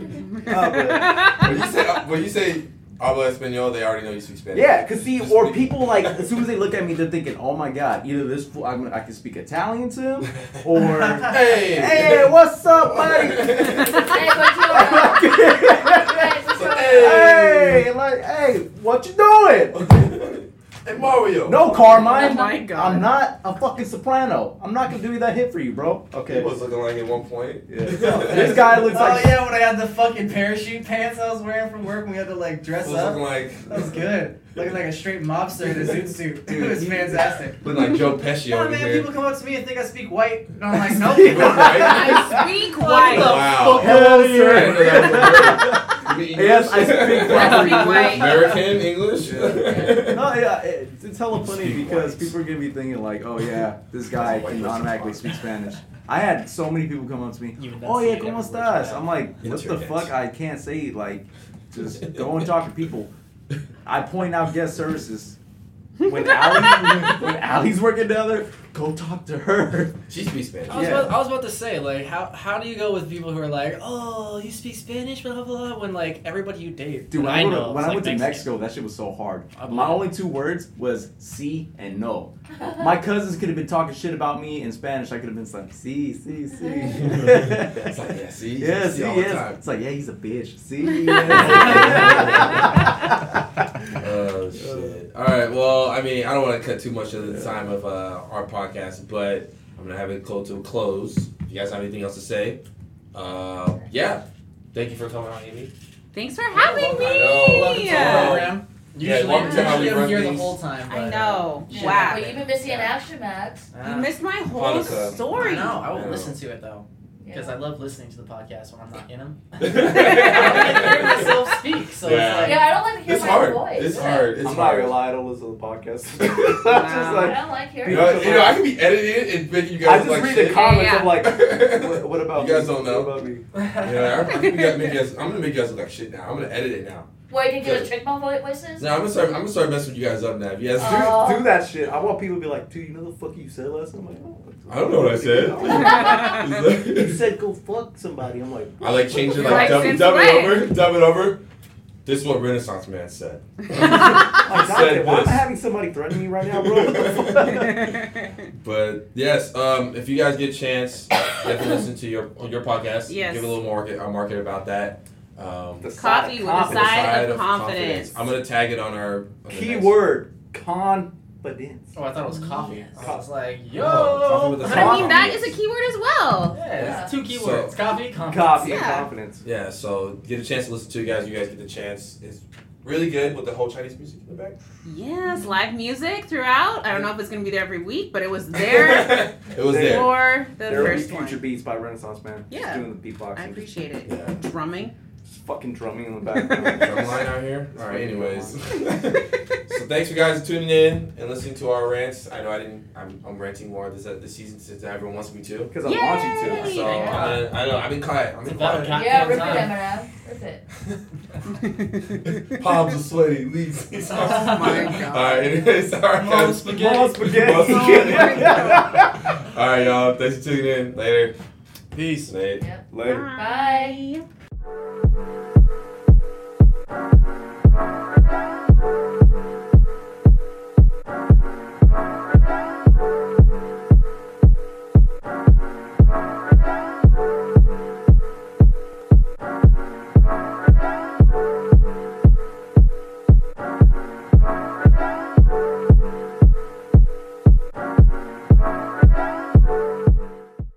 Speaker 3: Uh, but-
Speaker 1: when you say when you say habla español, they already know you speak Spanish.
Speaker 3: Yeah, cause see,
Speaker 1: Just
Speaker 3: or
Speaker 1: speak-
Speaker 3: people like as soon as they look at me, they're thinking, "Oh my god, either this fool, I'm, I can speak Italian to him, or
Speaker 1: Hey.
Speaker 3: hey, what's up, buddy?
Speaker 5: Hey, but you are- guys, this is-
Speaker 1: Hey.
Speaker 3: hey, like, hey, what you doing?
Speaker 1: hey Mario.
Speaker 3: No, Carmine.
Speaker 2: Oh my God.
Speaker 3: I'm not a fucking soprano. I'm not gonna do that hit for you, bro.
Speaker 1: He
Speaker 3: Okay.
Speaker 1: was looking like at one point.
Speaker 3: Yeah. This guy looks
Speaker 4: Oh
Speaker 3: like.
Speaker 4: yeah, when I had the fucking parachute pants I was wearing from work, and we had to like dress
Speaker 1: was
Speaker 4: up.
Speaker 1: looking like
Speaker 4: That was good. Looking like a straight mobster in a zoot suit. It was
Speaker 1: Dude,
Speaker 4: fantastic.
Speaker 1: looking like Joe Pesci
Speaker 4: Yeah,
Speaker 1: over
Speaker 4: man,
Speaker 1: here.
Speaker 4: people come up to me and think I speak white, and I'm like, no.
Speaker 1: Speak white?
Speaker 2: I speak
Speaker 4: What the
Speaker 2: white.
Speaker 1: wow.
Speaker 3: Hell yeah.
Speaker 1: You've been English?
Speaker 3: Yes, I speak
Speaker 2: That's
Speaker 3: properly.
Speaker 2: pretty white.
Speaker 1: American English?
Speaker 3: No, yeah, it's, it's hella funny
Speaker 1: Speak
Speaker 3: because
Speaker 1: white.
Speaker 3: people are gonna be thinking like, oh yeah, this guy
Speaker 1: White
Speaker 3: can
Speaker 1: person
Speaker 3: automatically
Speaker 1: talk.
Speaker 3: speak Spanish. I had so many people come up to me,
Speaker 9: You would not
Speaker 3: oh
Speaker 9: see
Speaker 3: yeah,
Speaker 9: it
Speaker 3: cómo
Speaker 9: everywhere,
Speaker 3: estás?
Speaker 9: yeah.
Speaker 3: I'm like, what the
Speaker 1: Internet.
Speaker 3: fuck? I can't say like, just go and talk to people. I point out guest services. When Ali, when Ali's working down there, go talk to her.
Speaker 1: She speaks Spanish.
Speaker 9: I was,
Speaker 3: Yeah.
Speaker 9: about, I was about to say, like, how how do you go with people who are like, oh, you speak Spanish, blah, blah, blah, when, like, everybody you date.
Speaker 3: Dude,
Speaker 9: and
Speaker 3: when I, went,
Speaker 9: know,
Speaker 3: to,
Speaker 9: is,
Speaker 3: when I
Speaker 9: like,
Speaker 3: went to
Speaker 9: Mexican.
Speaker 3: Mexico, that shit was so hard.
Speaker 9: I
Speaker 3: My
Speaker 9: believe
Speaker 3: only two words was "si" and "no." My cousins could have been talking shit about me in Spanish. I could have been like, "si, si, si."
Speaker 1: It's like, yeah, see? You
Speaker 3: Yeah,
Speaker 1: see
Speaker 3: see,
Speaker 1: all the
Speaker 3: yes.
Speaker 1: time.
Speaker 3: It's like, yeah, he's a bitch. See,
Speaker 1: Oh shit! All right. Well, I mean, I don't want to cut too much of the time of uh, our podcast, but I'm gonna have it close to a close. If you guys have anything else to say? Uh, yeah. Thank you for coming on, Amy.
Speaker 2: Thanks for having me.
Speaker 1: I know. Welcome to
Speaker 2: Yeah.
Speaker 1: the program. Yeah,
Speaker 7: Usually,
Speaker 1: welcome
Speaker 5: to how
Speaker 7: usually
Speaker 1: we run
Speaker 7: I'm here the
Speaker 1: these.
Speaker 7: whole time.
Speaker 2: I
Speaker 7: but,
Speaker 2: know.
Speaker 7: Yeah.
Speaker 2: Wow.
Speaker 5: But you've been busy in action, Max.
Speaker 7: Uh,
Speaker 2: You missed my whole
Speaker 1: Hanukkah.
Speaker 2: story.
Speaker 7: I know. I will
Speaker 1: Yeah.
Speaker 7: listen to it though, because
Speaker 5: yeah.
Speaker 7: I love listening to the podcast when I'm not in them. I like hearing
Speaker 1: this
Speaker 7: myself speak, so
Speaker 1: Yeah.
Speaker 7: it's like.
Speaker 5: Yeah, I don't like to hear my
Speaker 1: hard.
Speaker 5: voice.
Speaker 1: This
Speaker 5: yeah.
Speaker 1: hard. It's
Speaker 3: I'm not
Speaker 1: hard.
Speaker 3: gonna lie. I don't listen to the podcast. I'm just
Speaker 2: Wow.
Speaker 5: I
Speaker 3: like,
Speaker 5: don't like hearing
Speaker 1: You
Speaker 5: my
Speaker 1: know,
Speaker 5: voice.
Speaker 1: you know, I can be edited and make you
Speaker 3: I
Speaker 1: guys
Speaker 3: just
Speaker 1: like
Speaker 3: read
Speaker 1: shit.
Speaker 3: the comments.
Speaker 2: Yeah,
Speaker 3: I'm like, what, what about
Speaker 1: You guys
Speaker 3: me?
Speaker 1: don't know.
Speaker 3: What about me?
Speaker 1: Yeah, I'm, I'm, gonna make you guys, I'm gonna make you guys look like shit now. I'm gonna edit it now.
Speaker 5: Where you can do a trick my vo- voices?
Speaker 1: No, I'm gonna start. I'm gonna start messing with you guys up now. If you guys,
Speaker 5: Oh.
Speaker 3: Do that shit. I want people to be like, dude, you know the fuck you said last time? I'm like, oh,
Speaker 1: I don't know what I
Speaker 3: You
Speaker 1: said.
Speaker 3: said go fuck somebody. I'm like,
Speaker 1: I like changing like,
Speaker 2: Like,
Speaker 1: dub,
Speaker 2: since
Speaker 1: dub it
Speaker 2: when?
Speaker 1: over, dub it over. This is what Renaissance man said.
Speaker 3: I'm
Speaker 1: said
Speaker 3: why am I
Speaker 1: this.
Speaker 3: having somebody threaten me right now, bro? What the fuck?
Speaker 1: But yes, um, if you guys get a chance, definitely listen to your your podcast.
Speaker 2: Yes.
Speaker 1: Give it a little market a market about that. Um,
Speaker 3: The side
Speaker 2: Coffee with
Speaker 3: of
Speaker 2: a
Speaker 1: the
Speaker 3: confidence.
Speaker 2: side of confidence.
Speaker 1: I'm gonna tag it on our on the next-
Speaker 3: Keyword confidence.
Speaker 7: Oh, I thought it was coffee.
Speaker 5: Yes.
Speaker 7: I was like,
Speaker 1: Oh.
Speaker 7: yo.
Speaker 1: coffee with a
Speaker 2: But I mean,
Speaker 1: Coffee.
Speaker 2: that is a keyword as well.
Speaker 7: Yeah, it's two
Speaker 1: So-
Speaker 7: keywords. coffee, confidence.
Speaker 3: Coffee and
Speaker 2: Yeah.
Speaker 3: confidence.
Speaker 1: Yeah, so get a chance to listen to you guys. You guys get the chance. It's really good with the whole Chinese music in the back.
Speaker 2: Yes, live music throughout. I don't know if it's gonna be there every week, but it was there
Speaker 1: it was there.
Speaker 2: for the
Speaker 3: there will be
Speaker 2: first
Speaker 3: future
Speaker 2: one.
Speaker 3: beats by Renaissance Man. Just
Speaker 2: Yeah.
Speaker 3: doing the beatboxing.
Speaker 2: I appreciate it.
Speaker 1: Yeah.
Speaker 2: Drumming.
Speaker 3: Just fucking drumming in the background.
Speaker 1: Drumline out here. All right. Anyways, so thanks for guys tuning in and listening to our rants. I know I didn't. I'm, I'm ranting more this this season since everyone wants me to.
Speaker 3: Because I want you uh,
Speaker 2: Yay!
Speaker 1: So I'm gonna, I know I've been quiet. I've been
Speaker 9: Valid
Speaker 1: quiet.
Speaker 9: con-
Speaker 5: Yeah,
Speaker 9: Goddamn
Speaker 5: rip it,
Speaker 9: time.
Speaker 5: Eminem. Rip it.
Speaker 1: Palms are sweaty. Leaves.
Speaker 2: Oh my God. Oh
Speaker 1: All right. Anyways, all right.
Speaker 9: Mom,
Speaker 1: guys.
Speaker 3: to.
Speaker 9: spaghetti.
Speaker 3: Mom, spaghetti.
Speaker 1: Mom,
Speaker 2: spaghetti.
Speaker 1: All right, y'all. Thanks for tuning in. Later.
Speaker 9: Peace.
Speaker 1: Later.
Speaker 5: Yep.
Speaker 3: Later.
Speaker 5: Bye.
Speaker 2: Bye.